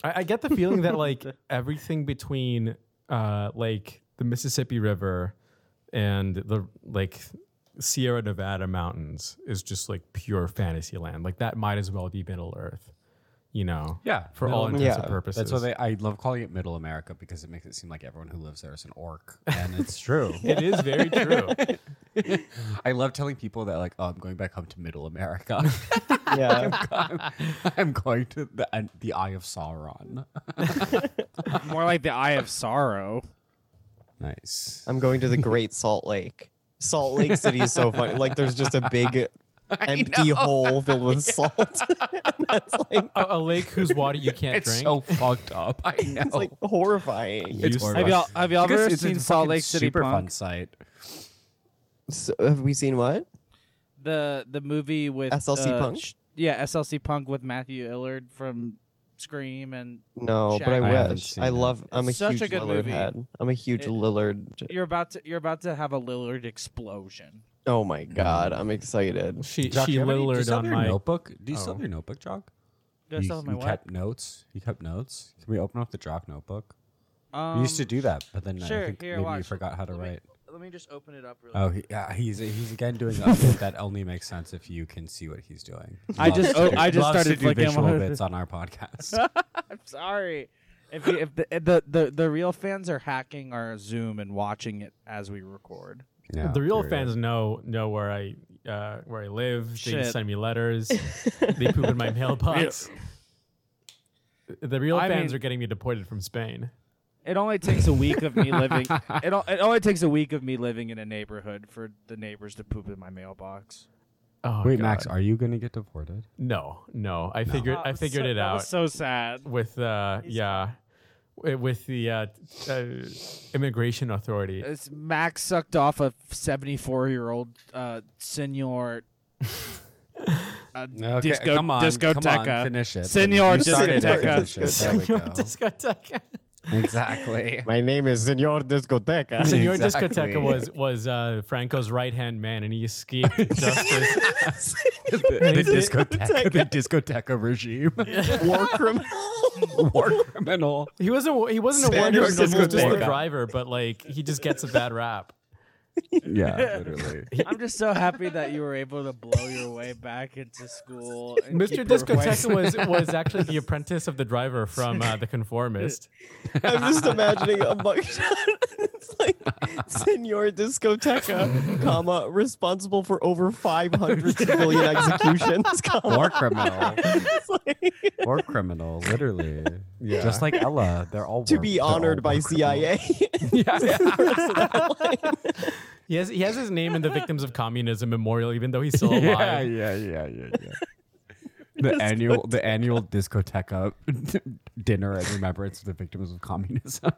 Speaker 4: I, I get the feeling that like everything between uh, like the Mississippi River and the like Sierra Nevada mountains is just like pure fantasy land. Like that might as well be Middle Earth, you know?
Speaker 1: Yeah,
Speaker 4: For
Speaker 1: Middle
Speaker 4: all intents
Speaker 3: Yeah,
Speaker 4: and purposes.
Speaker 1: That's why they, I love calling it Middle America because it makes it seem like everyone who lives there is an orc, and it's true.
Speaker 4: it is very true.
Speaker 1: I love telling people that like, oh, I'm going back home to Middle America.
Speaker 3: yeah.
Speaker 1: I'm, I'm going to the and the Eye of Sauron.
Speaker 2: More like the Eye of Sorrow.
Speaker 1: Nice.
Speaker 3: I'm going to the Great Salt Lake. Salt Lake City is so funny. Like there's just a big empty hole filled with salt. And that's like
Speaker 4: a, a lake whose water you can't
Speaker 1: It's
Speaker 4: drink.
Speaker 1: so fucked up. I know.
Speaker 3: it's like horrifying.
Speaker 1: It's
Speaker 4: useless.
Speaker 1: horrible.
Speaker 2: Have y'all have y'all
Speaker 1: Because
Speaker 2: ever
Speaker 1: it's a
Speaker 2: seen Salt
Speaker 1: fucking
Speaker 2: Lake City
Speaker 1: super
Speaker 2: Punk?
Speaker 1: fun site.
Speaker 3: So, have we seen what?
Speaker 2: The the movie with
Speaker 3: SLC
Speaker 2: uh,
Speaker 3: Punk?
Speaker 2: sh- Yeah, SLC Punk with Matthew Illard from Scream and
Speaker 3: No, but I
Speaker 2: Shaq. I
Speaker 1: haven't
Speaker 3: wish.
Speaker 1: seen
Speaker 3: I
Speaker 1: it.
Speaker 3: love. I'm a
Speaker 2: It's such a
Speaker 3: huge
Speaker 2: good
Speaker 3: Lillard
Speaker 2: movie.
Speaker 3: head. I'm a huge
Speaker 2: It-
Speaker 3: Lillard.
Speaker 2: you're about to you're about to have a Lillard explosion.
Speaker 3: Oh my god, I'm excited.
Speaker 4: She,
Speaker 1: Jock,
Speaker 4: she
Speaker 1: do you have any- do you
Speaker 4: Lillard
Speaker 1: still have
Speaker 4: on
Speaker 1: your
Speaker 4: my.
Speaker 1: notebook. Do you still
Speaker 4: Oh.
Speaker 1: have your notebook, Jock?
Speaker 2: Do I
Speaker 1: you
Speaker 2: still have my
Speaker 1: you
Speaker 2: what?
Speaker 1: kept notes. You kept notes. Can we open up the Jock notebook?
Speaker 2: Um,
Speaker 1: you used to do that, but then I
Speaker 2: sure,
Speaker 1: think
Speaker 2: here,
Speaker 1: maybe you
Speaker 2: watch.
Speaker 1: forgot how to
Speaker 2: Let me-
Speaker 1: write.
Speaker 2: Let me just open it up really
Speaker 1: Oh, he, yeah, he's he's again doing update that only makes sense if you can see what he's doing.
Speaker 2: I just-
Speaker 1: Loves
Speaker 2: oh, I just
Speaker 1: loves
Speaker 2: started
Speaker 1: to do
Speaker 2: flicking
Speaker 1: visual
Speaker 2: on-
Speaker 1: bits on our podcast.
Speaker 2: I'm sorry. If, you, if the, the the the real fans are hacking our Zoom and watching it as we record.
Speaker 1: Yeah,
Speaker 4: the real
Speaker 1: period.
Speaker 4: fans know know where I uh, where I live. They
Speaker 2: Shit.
Speaker 4: send me letters. they poop in my mailbox. The real
Speaker 2: I
Speaker 4: fans
Speaker 2: mean-
Speaker 4: are getting me deported from Spain.
Speaker 2: It only takes a week of me living. It, o- it only takes a week of me living in a neighborhood for the neighbors to poop in my mailbox.
Speaker 4: Oh,
Speaker 1: Wait, Max,
Speaker 4: God.
Speaker 1: are you gonna get deported?
Speaker 4: No, no. I figured I figured it out
Speaker 2: Oh, so sad.
Speaker 4: with uh, yeah, wi- with the uh, t- uh, immigration authority.
Speaker 2: It's Max sucked off a seventy-four-year-old uh, senor. Uh,
Speaker 1: No,
Speaker 2: disco, discoteca.
Speaker 1: finish it.
Speaker 2: Senor
Speaker 1: You started it,
Speaker 2: discoteca.
Speaker 1: finish it. There we go.
Speaker 4: Discoteca.
Speaker 1: Exactly.
Speaker 3: My name is Senor Discoteca.
Speaker 4: Senor
Speaker 1: Exactly.
Speaker 4: Discoteca was was uh, Franco's right hand man, and he escaped justice.
Speaker 1: the, the discoteca, the discoteca regime,
Speaker 3: War criminal.
Speaker 1: war criminal.
Speaker 4: He was a he wasn't a
Speaker 3: Spaniard
Speaker 4: wonder he was just
Speaker 3: discotheque.
Speaker 4: the driver, but like he just gets a bad rap.
Speaker 1: Yeah, literally.
Speaker 2: I'm just so happy that you were able to blow your way back into school. and
Speaker 4: Mr.
Speaker 2: keep your
Speaker 4: Discoteca
Speaker 2: way-
Speaker 4: was was actually the apprentice of the driver from uh, the Conformist.
Speaker 3: I'm just imagining a mugshot. it's like Senor Discoteca, comma responsible for over 500 civilian executions. Comma.
Speaker 1: War criminal.
Speaker 3: It's like,
Speaker 1: War criminal. Literally. Yeah. Just like Ella, they're all
Speaker 3: to
Speaker 1: war-
Speaker 3: be
Speaker 1: they're all
Speaker 3: honored by
Speaker 1: war criminals.
Speaker 3: CIA.
Speaker 4: He has he has his name in the Victims of Communism Memorial, even though he's still
Speaker 1: yeah,
Speaker 4: alive.
Speaker 1: yeah, yeah, yeah, yeah. The annual, the annual discoteca dinner and remembrance of the victims of communism.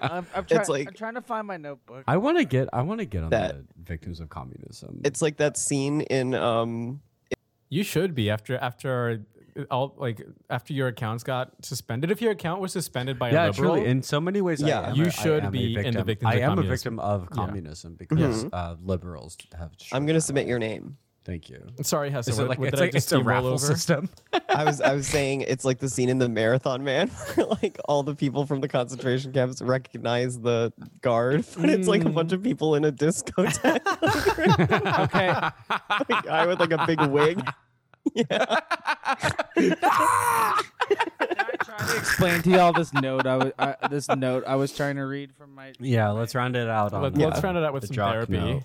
Speaker 2: I'm, I'm, try-
Speaker 3: It's like-
Speaker 2: I'm trying to find my notebook.
Speaker 1: I want to get, I want to get on
Speaker 3: That-
Speaker 1: the victims of communism.
Speaker 3: it's like that scene in um
Speaker 4: You should be after after all like after your accounts got suspended. If your account was suspended by a
Speaker 1: yeah,
Speaker 4: liberal,
Speaker 1: truly. In so many ways, I
Speaker 3: Yeah.
Speaker 1: am
Speaker 4: You
Speaker 1: a- I
Speaker 4: should
Speaker 1: am a
Speaker 4: be in the
Speaker 1: victim.
Speaker 4: victims
Speaker 1: I am
Speaker 4: of
Speaker 1: a
Speaker 4: communism.
Speaker 1: victim of
Speaker 4: Yeah.
Speaker 1: communism because uh, liberals have.
Speaker 3: Mm-hmm. I'm
Speaker 1: shit
Speaker 3: gonna
Speaker 1: out.
Speaker 3: submit your name.
Speaker 1: Thank you.
Speaker 4: sorry, Hessa.
Speaker 1: Is it
Speaker 4: what-
Speaker 1: like
Speaker 4: what
Speaker 1: it's
Speaker 4: did I
Speaker 1: like
Speaker 4: just
Speaker 1: it's a
Speaker 4: steamroll
Speaker 1: raffle
Speaker 4: over?
Speaker 1: system?
Speaker 3: I was I was saying it's like the scene in the Marathon Man, where like all the people from the concentration camps recognize the guard, but it's like a
Speaker 1: Mm.
Speaker 3: bunch of people in a discotheque.
Speaker 2: okay,
Speaker 3: like, guy with like a big wig.
Speaker 2: Can I try to explain to you all this note I was I, this note I was trying to read from my.
Speaker 1: Yeah, let's round it out. On
Speaker 4: Let,
Speaker 1: yeah.
Speaker 4: Let's round it out with
Speaker 1: the
Speaker 4: some
Speaker 1: jock
Speaker 4: therapy.
Speaker 1: note.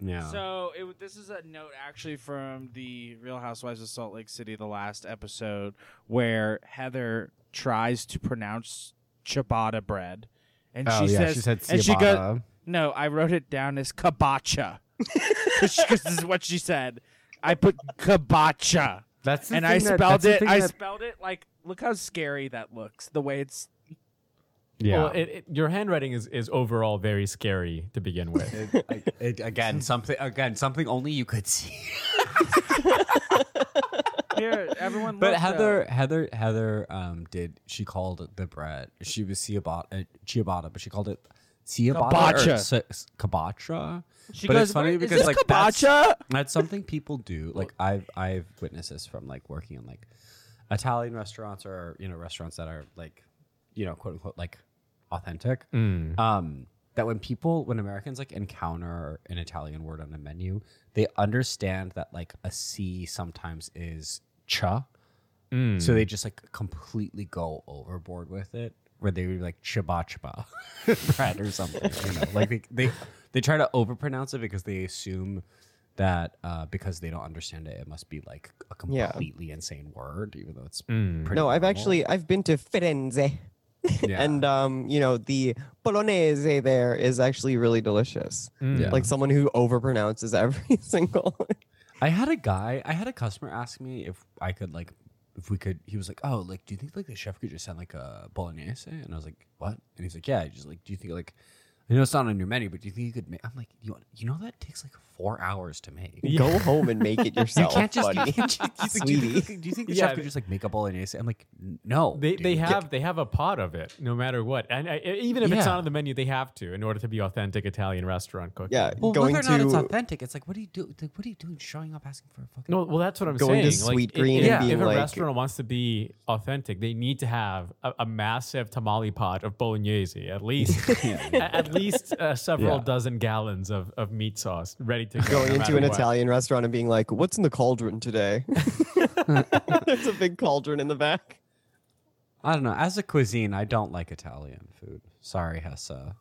Speaker 1: Yeah.
Speaker 2: So it, w- this is a note actually from the Real Housewives of Salt Lake City, the last episode where Heather tries to pronounce ciabatta bread, and
Speaker 1: oh
Speaker 2: she
Speaker 1: yeah,
Speaker 2: says
Speaker 1: she said
Speaker 2: and she goes
Speaker 1: ciabatta.
Speaker 2: no, I wrote it down as kabacha because this is what she said. I put kabacha.
Speaker 1: That's the
Speaker 2: and I
Speaker 1: thing that-
Speaker 2: spelled
Speaker 1: that's the
Speaker 2: it.
Speaker 1: thing
Speaker 2: I
Speaker 1: that-
Speaker 2: spelled it like look how scary that looks. The way it's
Speaker 1: yeah.
Speaker 4: Well, it, it, your handwriting is, is overall very scary to begin with.
Speaker 1: It- I- it- again, something again, something only you could see.
Speaker 2: here. Everyone,
Speaker 1: But
Speaker 2: look, though.
Speaker 1: Heather, Heather, Heather, um, did she called it the bread? She was ciabatta, uh, ciabatta, but she called it ciabatta
Speaker 2: Kabacha.
Speaker 1: or s- s- kabacha.
Speaker 2: She
Speaker 1: but
Speaker 2: goes,
Speaker 1: it's funny
Speaker 2: "What- is
Speaker 1: because
Speaker 2: this
Speaker 1: like
Speaker 2: kabacha?"
Speaker 1: That's, that's something people do. Like I've I've witnessed this from like working in like Italian restaurants
Speaker 4: Mm-hmm.
Speaker 1: or you know restaurants that are like you know quote unquote like authentic. Um, that when people, when Americans like encounter an Italian word on a menu, they understand that like a C sometimes is cha. So they just like completely go overboard with it, where they would be like chiba chiba bread or something. You know, like they, they they try to overpronounce it because they assume that uh, because they don't understand it, it must be like a
Speaker 3: Yeah.
Speaker 1: completely insane word, even though it's
Speaker 4: Mm.
Speaker 1: pretty
Speaker 3: No, I've
Speaker 1: normal.
Speaker 3: actually I've been to Firenze,
Speaker 1: Yeah.
Speaker 3: and um, you know the bolognese there is actually really delicious.
Speaker 4: Mm.
Speaker 1: Yeah.
Speaker 3: Like someone who overpronounces every single.
Speaker 1: I had a guy, I had a customer ask me if I could like, if we could. He was like, "Oh, like, do you think like the chef could just send like a bolognese?" And I was like, "What?" And he's like, "Yeah." Just like, do you think like, I know it's not on your menu, but do you think you could make? I'm like, you you know that takes like four hours to make.
Speaker 4: Yeah.
Speaker 3: Go home and make it
Speaker 1: You
Speaker 3: yourself.
Speaker 1: can't just.
Speaker 3: buddy.
Speaker 1: You can't just he's like, do, you think,
Speaker 3: Sweetie.
Speaker 1: like, do you think the
Speaker 4: Yeah.
Speaker 1: chef could just like make a bolognese? I'm like, "N- no.
Speaker 4: They, they
Speaker 1: dude."
Speaker 4: have they have a pot of it no matter what, and I, even if it's
Speaker 1: Yeah.
Speaker 4: not on the menu, they have to in order to be authentic Italian restaurant cooking.
Speaker 3: Yeah,
Speaker 1: Well,
Speaker 3: going
Speaker 1: whether or not it's
Speaker 3: to
Speaker 1: authentic, it's like, what do you do? Like, what are you doing? Showing up asking for a fucking.
Speaker 4: No, well, that's what I'm
Speaker 3: Going to
Speaker 4: saying. Like,
Speaker 3: Sweet
Speaker 4: i-
Speaker 3: Green
Speaker 4: if,
Speaker 1: and
Speaker 4: if
Speaker 3: being
Speaker 4: a
Speaker 3: like-
Speaker 4: restaurant wants to be authentic, they need to have a, a massive tamale pot of bolognese, at least a- at least uh, several
Speaker 1: Yeah.
Speaker 4: dozen gallons of, of meat sauce ready to go.
Speaker 3: going
Speaker 4: no
Speaker 3: into
Speaker 4: matter
Speaker 3: an
Speaker 4: what.
Speaker 3: Italian restaurant and being like, "What's in the cauldron today?" There's a big cauldron in the back.
Speaker 1: I don't know. As a cuisine, I don't like Italian food. Sorry, Hessa.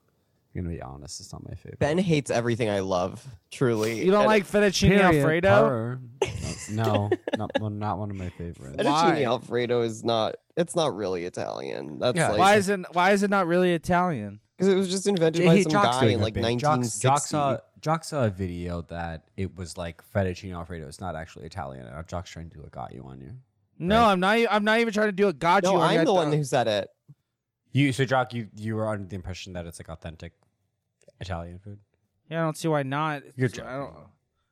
Speaker 1: I'm gonna be honest, it's not my favorite.
Speaker 3: Ben hates everything I love. Truly,
Speaker 2: You don't
Speaker 3: And
Speaker 2: like fettuccine alfredo?
Speaker 1: Horror. No, no, not, one- not one of my favorites.
Speaker 2: Why?
Speaker 3: Fettuccine Alfredo is not. It's not really Italian. That's
Speaker 1: Yeah.
Speaker 3: like
Speaker 2: Why is it? Why is it not really Italian?
Speaker 3: because it was just invented by some guy in like 1960.
Speaker 1: Jock saw, Jock saw a video that it was like fettuccine alfredo. It's not actually Italian. And Jock's trying to do a got you on you.
Speaker 2: No, I'm not. e- I'm not even trying to do a got you. on
Speaker 3: no,
Speaker 2: you. I
Speaker 3: I'm the
Speaker 2: thought-
Speaker 3: one who said it.
Speaker 1: You so Jock, you you were under the impression that it's like authentic Italian food.
Speaker 2: Yeah, I don't see why not.
Speaker 1: You're
Speaker 2: It's- I don't.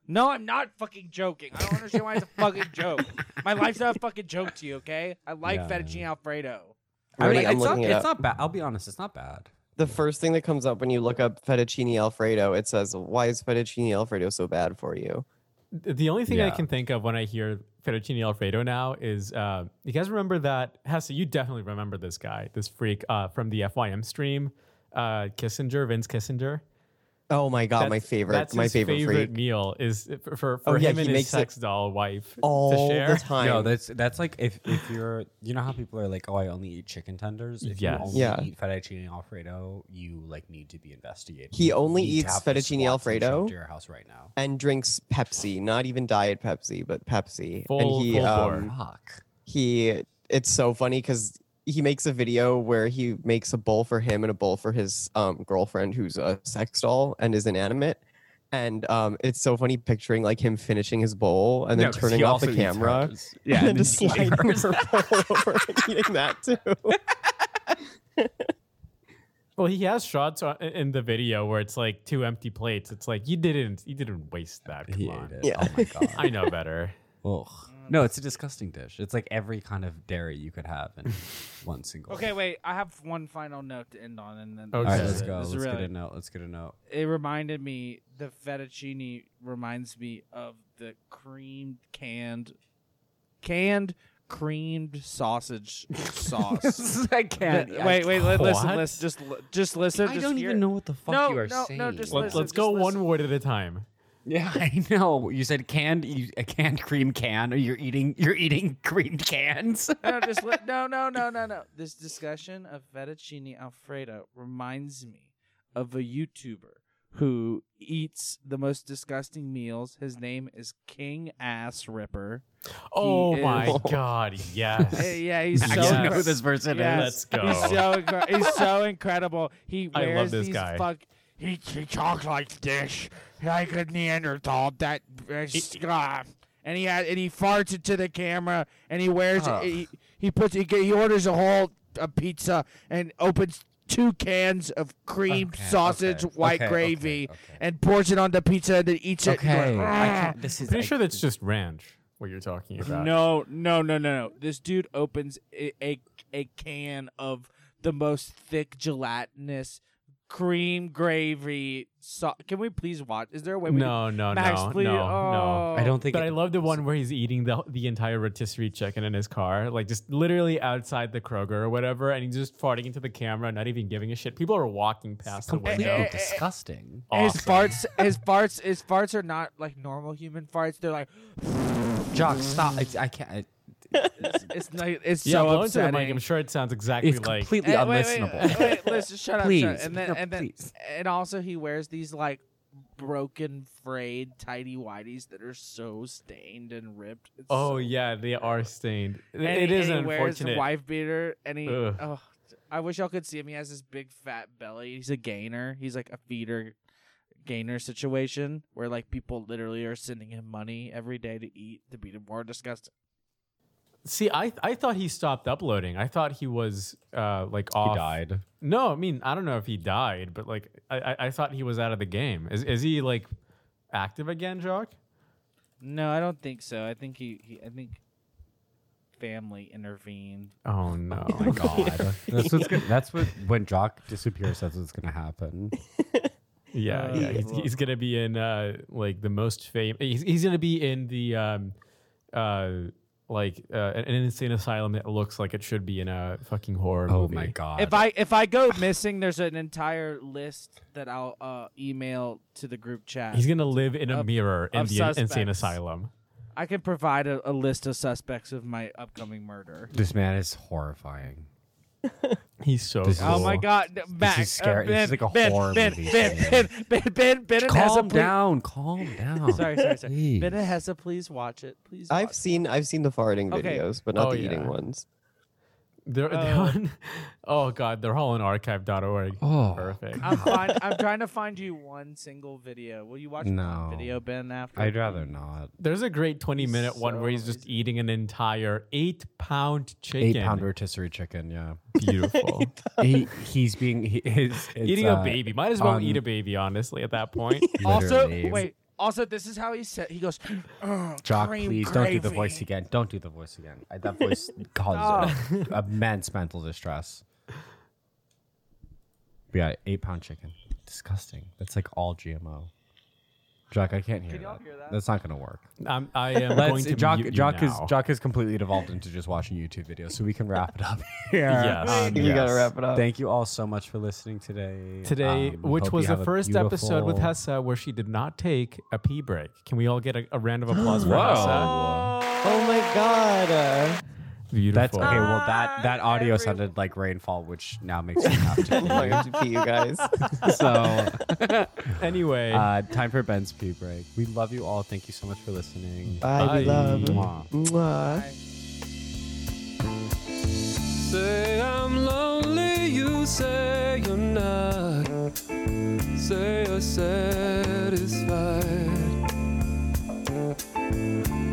Speaker 2: No, I'm not fucking joking. I don't understand why it's a fucking joke. My life's not a fucking joke to you, okay? I like
Speaker 1: Yeah.
Speaker 2: fettuccine alfredo.
Speaker 3: Already,
Speaker 1: mean,
Speaker 3: I'm
Speaker 1: it's not,
Speaker 3: looking it
Speaker 1: it's
Speaker 3: up.
Speaker 1: not bad. I'll be honest, it's not bad.
Speaker 3: The first thing that comes up when you look up fettuccine Alfredo, it says, "Why is fettuccine Alfredo so bad for you?"
Speaker 4: The only thing I
Speaker 1: Yeah.
Speaker 4: can think of when I hear fettuccine alfredo now is uh, you guys remember that Hesse? You definitely remember this guy, this freak uh, from the FYM stream, uh, Kissinger, Vince Kissinger.
Speaker 3: Oh my god, my
Speaker 4: That's-
Speaker 3: favorite,
Speaker 4: That's
Speaker 3: my
Speaker 4: his
Speaker 3: favorite, freak
Speaker 4: meal is for for,
Speaker 3: Oh,
Speaker 4: for
Speaker 3: yeah,
Speaker 4: him
Speaker 3: he
Speaker 4: and his
Speaker 3: makes it
Speaker 4: sex doll wife
Speaker 3: all
Speaker 4: to share.
Speaker 3: the time.
Speaker 1: No, that's that's like if if you're you know how people are like, oh, I only eat chicken tenders. If
Speaker 4: Yes.
Speaker 1: you only
Speaker 3: Yeah.
Speaker 1: eat fettuccine alfredo, you like need to be investigated.
Speaker 3: He
Speaker 1: You
Speaker 3: only
Speaker 1: need to
Speaker 3: eats
Speaker 1: have the
Speaker 3: fettuccine
Speaker 1: SWAT team show up
Speaker 3: Alfredo?
Speaker 1: to your house right now.
Speaker 3: and drinks Pepsi, not even diet Pepsi, but Pepsi.
Speaker 4: Full-
Speaker 3: and he
Speaker 4: full bore.
Speaker 3: um,
Speaker 1: Fuck.
Speaker 3: he it's so funny because he makes a video where he makes a bowl for him and a bowl for his um, girlfriend who's a sex doll and is inanimate and um, it's so funny picturing like him finishing his bowl and then turning off the camera
Speaker 1: Yeah,
Speaker 3: and just sliding her bowl over and eating that too
Speaker 4: Well, he has shots on, in the video where it's like two empty plates. It's like you didn't you didn't waste that. Come
Speaker 1: He
Speaker 4: on.
Speaker 1: ate it.
Speaker 3: Yeah.
Speaker 1: Oh my god.
Speaker 4: I know better.
Speaker 1: Ugh. No, it's a disgusting dish. It's like every kind of dairy you could have in one single.
Speaker 2: Okay, wait. I have one final note to end on, and then
Speaker 4: Okay.
Speaker 1: All right,
Speaker 4: This
Speaker 1: let's
Speaker 4: is it.
Speaker 1: go.
Speaker 2: This
Speaker 1: Let's
Speaker 2: is
Speaker 1: get
Speaker 2: really-
Speaker 1: a note. Let's get a note.
Speaker 2: it reminded me the fettuccine reminds me of the creamed canned canned creamed sausage sauce.
Speaker 1: I
Speaker 2: Th-
Speaker 1: can't.
Speaker 2: wait, wait, li- listen,
Speaker 4: What?
Speaker 2: listen, just li- just listen.
Speaker 1: I
Speaker 2: just
Speaker 1: don't
Speaker 2: hear
Speaker 1: even
Speaker 2: it.
Speaker 1: know what the fuck
Speaker 2: No,
Speaker 1: you are
Speaker 2: no, no,
Speaker 1: saying.
Speaker 2: just
Speaker 4: Let,
Speaker 2: listen,
Speaker 4: us go
Speaker 2: just
Speaker 4: one word at a time.
Speaker 1: Yeah, I know. You said canned, you, a canned cream can, or you're eating, you're eating creamed cans.
Speaker 2: no, just li- no, no, no, no, no. This discussion of fettuccine alfredo reminds me of a YouTuber who eats the most disgusting meals. His name is King Ass Ripper.
Speaker 4: Oh
Speaker 2: is-
Speaker 4: my god, yes.
Speaker 2: Eh, yeah, he's
Speaker 1: I
Speaker 2: so
Speaker 1: don't
Speaker 4: Yes.
Speaker 1: know who this person is.
Speaker 4: Let's go.
Speaker 2: He's so incre- he's so incredible. He
Speaker 4: I love
Speaker 2: wears
Speaker 4: this
Speaker 2: these
Speaker 4: guy.
Speaker 2: fuck. He, he talks like this, like a Neanderthal. That ah. and he had and he farts into the camera and he wears
Speaker 1: Ugh.
Speaker 2: he, he puts he, get- he orders a whole a pizza and opens two cans of creamed
Speaker 1: Okay,
Speaker 2: sausage
Speaker 1: okay,
Speaker 2: white
Speaker 1: okay,
Speaker 2: gravy
Speaker 1: okay, okay.
Speaker 2: and pours it on the pizza and then eats it.
Speaker 1: Okay, I
Speaker 2: "Ah."
Speaker 1: can't, this is
Speaker 4: Pretty
Speaker 1: I-
Speaker 4: sure that's just ranch what you're talking about.
Speaker 2: No, no, no, no, no. This dude opens a, a, a can of the most thick gelatinous cream gravy sauce. Can we please watch? Is there a way we
Speaker 4: No, no,
Speaker 2: can Max,
Speaker 4: no,
Speaker 2: please?
Speaker 4: no, no.
Speaker 2: oh.
Speaker 5: I don't think.
Speaker 4: But
Speaker 5: it-
Speaker 4: I love the one where he's eating the the entire rotisserie chicken in his car, like just literally outside the Kroger or whatever, and he's just farting into the camera, not even giving a shit. People are walking past the
Speaker 5: completely
Speaker 4: window.
Speaker 5: disgusting.
Speaker 2: His farts, his farts, his farts are not like normal human farts. They're like
Speaker 5: Jock, stop! It's, I can't. I-
Speaker 2: it's, it's, not, it's
Speaker 4: Yeah,
Speaker 2: so
Speaker 4: blow into the
Speaker 2: upsetting.
Speaker 4: mic. I'm sure it sounds exactly
Speaker 5: It's
Speaker 4: like
Speaker 5: completely
Speaker 2: Eh, wait, wait,
Speaker 5: unlistenable.
Speaker 2: Wait, wait, listen, shut up.
Speaker 5: Please,
Speaker 2: shut up. And then,
Speaker 5: no,
Speaker 2: and then,
Speaker 5: please.
Speaker 2: and also he wears these like broken, frayed, tidy whities that are so stained and ripped. It's
Speaker 4: Oh
Speaker 2: so-
Speaker 4: yeah, they are stained. It-
Speaker 2: and
Speaker 4: it
Speaker 2: he,
Speaker 4: is
Speaker 2: and he wears the
Speaker 4: unfortunate.
Speaker 2: wife beater, and he.
Speaker 4: Ugh.
Speaker 2: Oh, I wish y'all could see him. He has this big fat belly. He's a gainer. He's like a feeder gainer situation where like people literally are sending him money every day to eat to be more disgusting.
Speaker 4: See, I I thought he stopped uploading. I thought he was uh like off.
Speaker 5: He died.
Speaker 4: No, I mean I don't know if he died, but like I I, I thought he was out of the game. Is is he like active again, Jock?
Speaker 2: No, I don't think so. I think he, he I think family intervened.
Speaker 4: Oh no.
Speaker 5: Oh my god. that's what's gonna, that's what when Jock disappears. That's what's gonna happen.
Speaker 4: Yeah,
Speaker 2: Uh,
Speaker 5: Oh,
Speaker 4: yeah. He's,
Speaker 2: well-
Speaker 4: he's gonna be in uh like the most famous. He's, he's gonna be in the um uh like uh, an an insane asylum that looks like it should be in a fucking horror
Speaker 5: Oh
Speaker 4: movie.
Speaker 5: my god.
Speaker 2: If I if I go missing, there's an entire list that I'll uh, email to the group chat.
Speaker 4: He's gonna live in a
Speaker 2: Of-
Speaker 4: mirror in
Speaker 2: of
Speaker 4: the insane
Speaker 2: suspects.
Speaker 4: asylum.
Speaker 2: I can provide a, a list of suspects of my upcoming murder.
Speaker 5: this man is horrifying.
Speaker 4: He's so
Speaker 5: This is-
Speaker 2: Oh my God, no, Mac! uh,
Speaker 5: scary. This
Speaker 2: Ben,
Speaker 5: is like a
Speaker 2: ben,
Speaker 5: horror
Speaker 2: ben,
Speaker 5: movie
Speaker 2: Ben,
Speaker 5: scene.
Speaker 2: ben, ben, ben, ben, has a
Speaker 5: Calm
Speaker 2: ple-
Speaker 5: down. Calm down.
Speaker 2: Sorry, sorry, sorry.
Speaker 5: Jeez.
Speaker 2: Ben has a please watch it. Please.
Speaker 3: I've
Speaker 2: watch
Speaker 3: seen I've seen the farting
Speaker 2: Okay.
Speaker 3: videos, but not
Speaker 4: Oh,
Speaker 3: the eating
Speaker 4: yeah.
Speaker 3: ones.
Speaker 4: They're, they're
Speaker 2: Uh,
Speaker 4: on- oh god, they're all on archive.org.
Speaker 5: Oh,
Speaker 4: Perfect.
Speaker 2: It. I'm find, I'm trying to find you one single video. Will you watch
Speaker 5: No.
Speaker 2: one video, Ben? After
Speaker 5: I'd rather not.
Speaker 4: There's a great 20
Speaker 2: He's
Speaker 4: minute one where
Speaker 2: so
Speaker 4: he's just eating an entire eight pound chicken.
Speaker 5: Eight pound rotisserie chicken. Yeah.
Speaker 4: Beautiful.
Speaker 5: he he's being he is it's,
Speaker 4: Eating
Speaker 5: uh,
Speaker 4: a baby. Might as well
Speaker 5: on-
Speaker 4: eat a baby, honestly, at that point.
Speaker 2: Also,
Speaker 5: literally.
Speaker 2: wait. Also, this is how he said. He goes, "Ugh,
Speaker 5: Jock,
Speaker 2: cream
Speaker 5: please don't do the voice
Speaker 2: gravy."
Speaker 5: again. Don't do the voice again. I- That voice causes immense mental distress. But yeah, eight pound chicken. Disgusting. That's like all GMO. Jock, I can't hear,
Speaker 2: y'all
Speaker 5: that.
Speaker 2: hear that?
Speaker 5: That's not gonna work.
Speaker 4: I'm, I am going
Speaker 5: Let's,
Speaker 4: to
Speaker 5: Jock,
Speaker 4: mute you
Speaker 5: Jock is
Speaker 4: now.
Speaker 5: Jock is completely devolved into just watching YouTube videos, so we can wrap it up here.
Speaker 4: Yes. Um, I
Speaker 3: think we gotta wrap it up.
Speaker 5: Thank you all so much for listening today.
Speaker 4: Today,
Speaker 5: Um, hope
Speaker 4: which
Speaker 5: you
Speaker 4: was the
Speaker 5: have a
Speaker 4: first episode with
Speaker 5: beautiful-
Speaker 4: Hesse where she did not take a pee break. Can we all get a, a round of applause for
Speaker 5: Whoa.
Speaker 4: Hesse?
Speaker 3: Oh my god. Uh,
Speaker 5: That's
Speaker 4: Beautiful. Uh,
Speaker 5: okay. Well, that
Speaker 2: Bye,
Speaker 5: that audio
Speaker 2: everyone.
Speaker 5: sounded like rainfall, which now makes me have to.
Speaker 3: I'm going to pee, you guys.
Speaker 5: pee. so,
Speaker 4: Anyway,
Speaker 5: uh, time for Ben's pee break. We love you all. Thank you so much for listening.
Speaker 3: Bye, we
Speaker 4: Bye.
Speaker 3: love.
Speaker 5: Mwah.
Speaker 3: Mwah.
Speaker 1: Say I'm lonely, you say you're not. Say you're satisfied.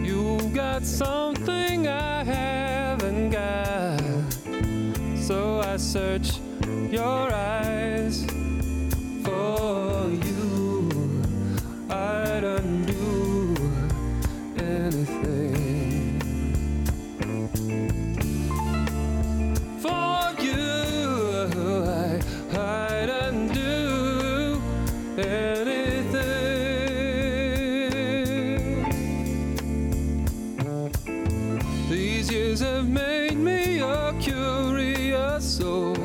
Speaker 1: You've got something I haven't got. So I search your eyes for you. I'd undo anything. for you. I hide and do anything. These years have made me a curious soul,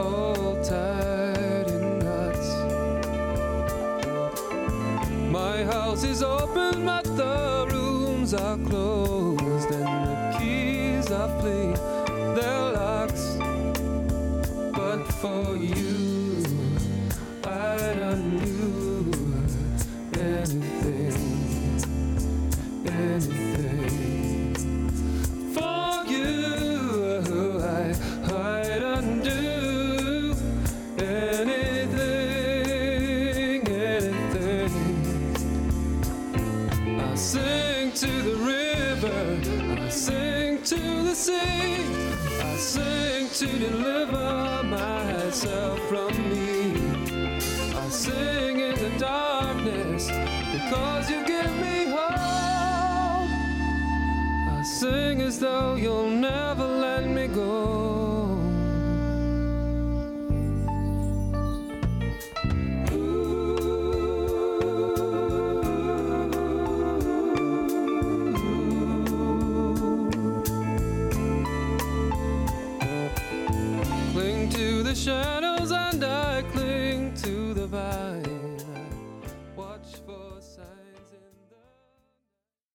Speaker 1: all tied in knots. My house is open, but the rooms are closed, and the keys are played their locks. But for you, I'd undo anything, anything. For you, I, I'd undo anything, anything. I sing to the river, I sing to the sea. I sing to deliver myself from me. I sing in the darkness because you give me hope. I sing as though you'll never let me go.
Speaker 6: the shadows and I